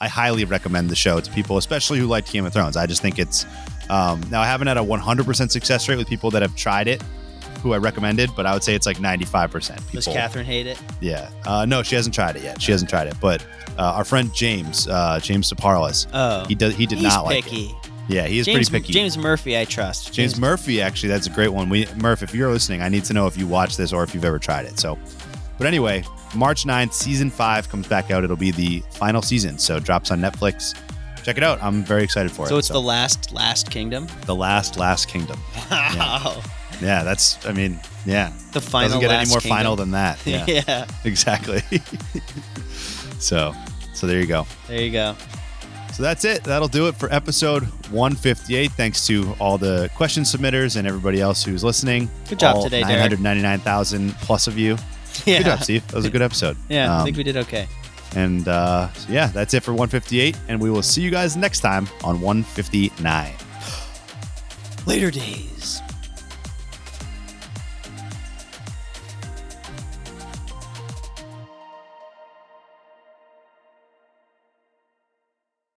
I I highly recommend the show to people, especially who like Game of Thrones. I just think it's um, now I haven't had a 100% success rate with people that have tried it, who I recommended, but I would say it's like 95% people. Does Catherine hate it? Yeah. Uh, no, she hasn't tried it yet. She hasn't tried it, but uh, our friend James, uh, James Saparlis, Oh, he does he did he's not like it. picky. Yeah, he is James, pretty picky. James Murphy, I trust. James Murphy, actually, that's a great one. We Murph, if you're listening, I need to know if you watched this or if you've ever tried it. So, but anyway, March 9th, season five comes back out. It'll be the final season, so it drops on Netflix. Check it out. I'm very excited for So it. it's the last, last kingdom. the the last last kingdom. Wow. Yeah, that's. I mean, yeah, The final. doesn't get any last more kingdom. final than that. Yeah, yeah. exactly. so, so there you go. There you go. So that's it. That'll do it for episode 158. Thanks to all the question submitters and everybody else who's listening. Good job All today, Derek. 999,000 plus of you. Yeah. Good job, Steve. That was a good episode. Yeah, I Um, think we did okay. And uh, so yeah, that's it for 158. And we will see you guys next time on 159. Later days.